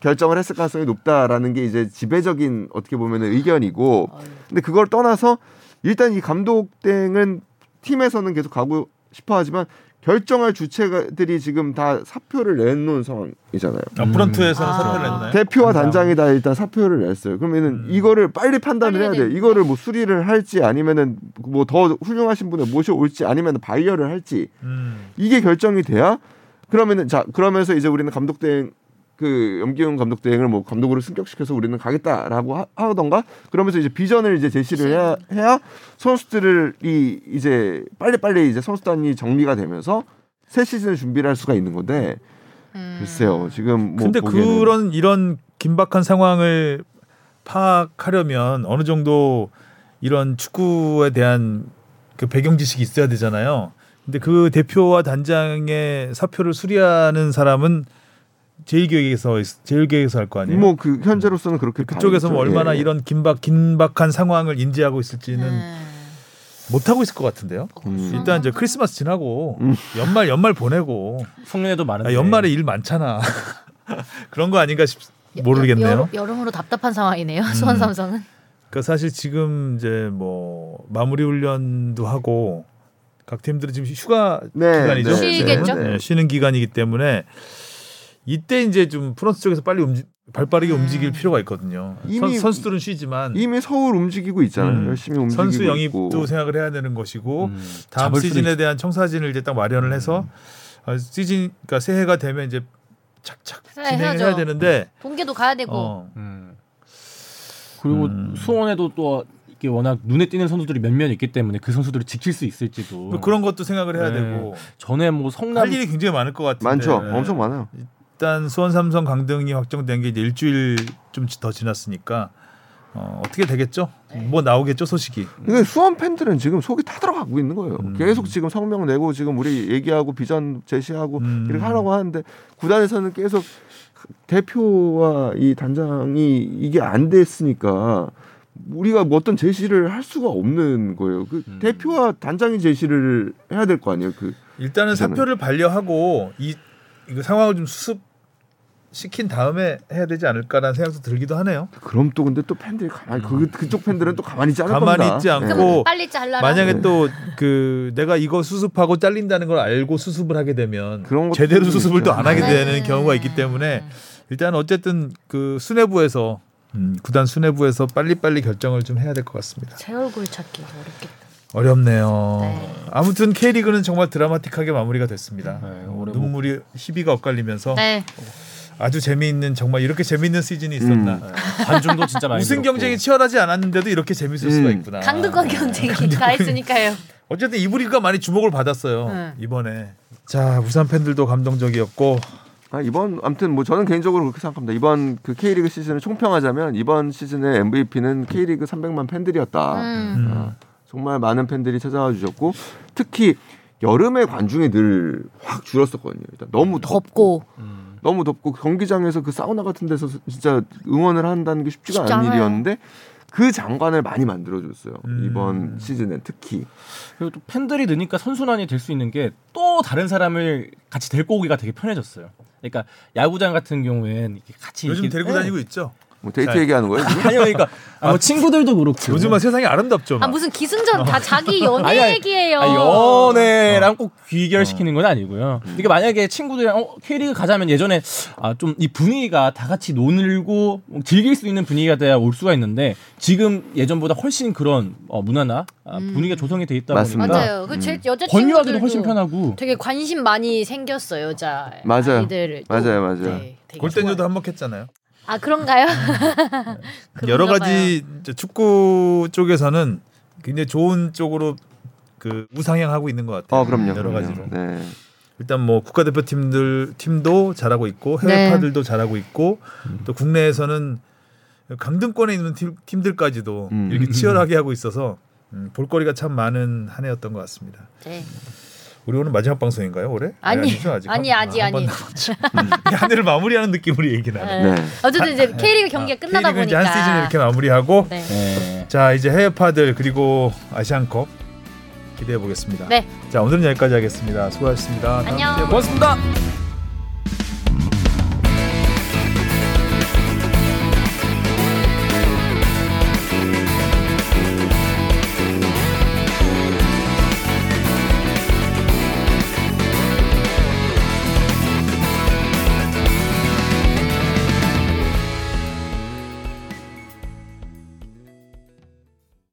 결정을 했을 가능성이 높다라는 게 이제 지배적인 어떻게 보면 의견이고 근데 그걸 떠나서 일단 이 감독 땡은 팀에서는 계속 가고 싶어 하지만 결정할 주체들이 지금 다 사표를 내놓은 상황이잖아요.
아, 프런트에서는
아.
사표를 냈나요?
대표와 단장이 다 일단 사표를 냈어요. 그러면은 이거를 빨리 판단을
빨리
해야 돼.
해야 돼.
이거를 뭐 수리를 할지 아니면은 뭐 더 훌륭하신 분을 모셔올지 아니면 반려를 할지
음.
이게 결정이 돼야 그러면은 자 그러면서 이제 우리는 감독 대행 그 염기훈 감독 대행을 뭐 감독으로 승격시켜서 우리는 가겠다라고 하, 하던가 그러면서 이제 비전을 이제 제시를 해야, 해야 선수들이 이제 빨리빨리 이제 선수단이 정리가 되면서 새 시즌 준비를 할 수가 있는 건데 글쎄요 지금 뭐
근데
보기에는
그런 이런 긴박한 상황을 파악하려면 어느 정도 이런 축구에 대한 그 배경 지식이 있어야 되잖아요. 근데 그 대표와 단장의 사표를 수리하는 사람은 제일교육에서 제일교육에서 할 거 아니에요.
뭐 그 현재로서는 그렇게
그쪽에서 뭐
가겠죠.
얼마나
예.
이런 긴박 긴박한 상황을 인지하고 있을지는
네.
못 하고 있을 것 같은데요.
음.
일단 이제 크리스마스 지나고
음.
연말 연말 보내고
성년에도 많은데.
아, 연말에
네.
일 많잖아. 그런 거 아닌가 싶 모르겠네요. 음.
여, 름으로 답답한 상황이네요. 수원 삼성은.
그러니까 사실 지금 이제 뭐 마무리 훈련도 하고 각 팀들이 지금 휴가
네,
기간이죠.
네,
쉬겠죠?
네, 네.
네, 쉬는 기간이기 때문에 이때 이제 좀 프랑스 쪽에서 빨리 움직
음.
발빠르게 움직일 필요가 있거든요.
이미-
선, 수들은 쉬지만
이미 서울 움직이고 있잖아요
음.
열심히 움직이고
선수
있고.
영입도 생각을 해야 되는 것이고 다음
잡을 수도
시즌에 대한 청사진을 이제 딱
음.
마련을 해서 아, 시즌 그러니까 새해가 되면 이제 착착 진행을
해야죠.
해야 되는데
동계도 가야 되고.
어,
음. 그리고
음.
수원에도 또 이게 워낙 눈에 띄는 선수들이 몇몇 있기 때문에 그 선수들을 지킬 수 있을지도.
뭐 그런 것도 생각을 해야
네.
되고
전에 뭐
할
성남
일이 굉장히 많을 것 같은데
많죠
네.
엄청 많아요
일단 수원 삼성 강등이 확정된 게 이제 일주일 좀 더 지났으니까 어, 어떻게 되겠죠? 뭐 나오겠죠 소식이.
근데 수원 팬들은 지금 속이 타들어가고 있는 거예요.
음.
계속 지금 성명 내고 지금 우리 얘기하고 비전 제시하고
음.
이렇게 하라고 하는데 구단에서는 계속 대표와 이 단장이 이게 안 됐으니까 우리가 뭐 어떤 제시를 할 수가 없는 거예요. 그
음.
대표와 단장이 제시를 해야 될 거 아니에요. 그
일단은
이제는.
사표를 반려하고 이 이거 상황을 좀 수습 시킨 다음에 해야 되지 않을까라는 생각도 들기도 하네요.
그럼 또 근데 또 팬들이 가만히 그 그쪽 팬들은 또 가만히 있지 않을
음. 가만히
겁니다.
있지 않고
예.
그럼 빨리 잘라라.
만약에 또 그 내가 이거 수습하고 잘린다는 걸 알고 수습을 하게 되면
그런 것도
제대로
좀
수습을 또 안 하게
있죠.
되는
음.
경우가 있기 때문에 일단 어쨌든 그 수뇌부에서 음, 구단 수뇌부에서 빨리빨리 결정을 좀 해야 될 것 같습니다.
제 얼굴 찾기 어렵겠다.
어렵네요.
네.
아무튼
뭐
K리그는 정말 드라마틱하게 마무리가 됐습니다.
네,
어,
올해
눈물이 희비가 엇갈리면서
네.
아주 재미있는 정말 이렇게 재미있는 시즌이 있었나.
음.
관중도 진짜 많이
우승
늘었고.
경쟁이 치열하지 않았는데도 이렇게 재밌을 수가
음.
있구나.
강등권 경쟁이 다 했으니까요.
어쨌든 이브리그가 많이 주목을 받았어요
네.
이번에. 자 우산 팬들도 감동적이었고
아, 이번 아무튼 뭐 저는 개인적으로 그렇게 생각합니다. 이번 그 K리그 시즌을 총평하자면 이번 시즌의 MVP는 K리그 300만 팬들이었다.
음.
음.
아, 정말 많은 팬들이 찾아와 주셨고 특히 여름에 관중이 늘 확 줄었었거든요. 일단 너무 덥고
덥고
음.
너무 덥고 경기장에서 그 사우나 같은 데서 진짜 응원을 한다는 게 쉽지가
쉽지
않은
않아요.
일이었는데 그 장관을 많이 만들어줬어요.
음.
이번 시즌에 특히
그리고 또 팬들이 느니까 선순환이 될 수 있는 게 또 다른 사람을 같이 데리고 오기가 되게 편해졌어요. 그러니까 야구장 같은 경우엔 이렇게 같이
요즘
이렇게-
데리고
네.
다니고 있죠.
뭐 데이트
자,
얘기하는 거예요. 지금?
아니요, 그러니까 아, 뭐 친구들도 그렇고
요즘은 세상이 아름답죠. 막.
아 무슨 기승전 다 자기
아니,
연애
아니.
얘기예요.
아, 연애랑 꼭 귀결시키는 건 아니고요. 이게 만약에 친구들이랑 어, K리그 가자면 예전에 아, 좀 이 분위기가 다 같이 놀고 뭐 즐길 수 있는 분위기가 돼야 올 수가 있는데 지금 예전보다 훨씬 그런 어, 문화나 아, 분위기가 조성이 돼 있다 보니까
맞습니다.
맞아요. 그제 여자
권유하기도
친구들도
훨씬 편하고
되게 관심 많이 생겼어요, 여자
맞아요.
아이들을. 네,
맞아요, 맞아요.
되게
골대녀도
좋아요.
한몫했잖아요.
아 그런가요? 그런가
여러
봐요.
가지 이제 축구 쪽에서는 굉장히 좋은 쪽으로 그 우상향하고 있는 것 같아요.
어 그럼요.
여러
그럼요.
가지로.
네.
일단 뭐 국가대표팀들 팀도 잘하고 있고 해외파들도
네.
잘하고 있고 또 국내에서는 강등권에 있는 팀, 팀들까지도
음.
이렇게 치열하게 하고 있어서 음, 볼거리가 참 많은 한 해였던 것 같습니다.
네.
우리 오늘 마지막 방송인가요 올해?
아니,
아니죠, 아직
아니,
한-
아직,
아, 한번
아니.
남았죠. 이게 한 해를 마무리하는 느낌으로 얘기나네.
네.
네.
어쨌든 이제 K리그 경기가 끝나다
K리그 이제
보니까
한 시즌 이렇게 마무리하고
네.
네.
자 이제 해외파들 그리고 아시안컵 기대해 보겠습니다.
네.
자 오늘은 여기까지 하겠습니다. 수고하셨습니다. 다음
안녕.
주에
고맙습니다.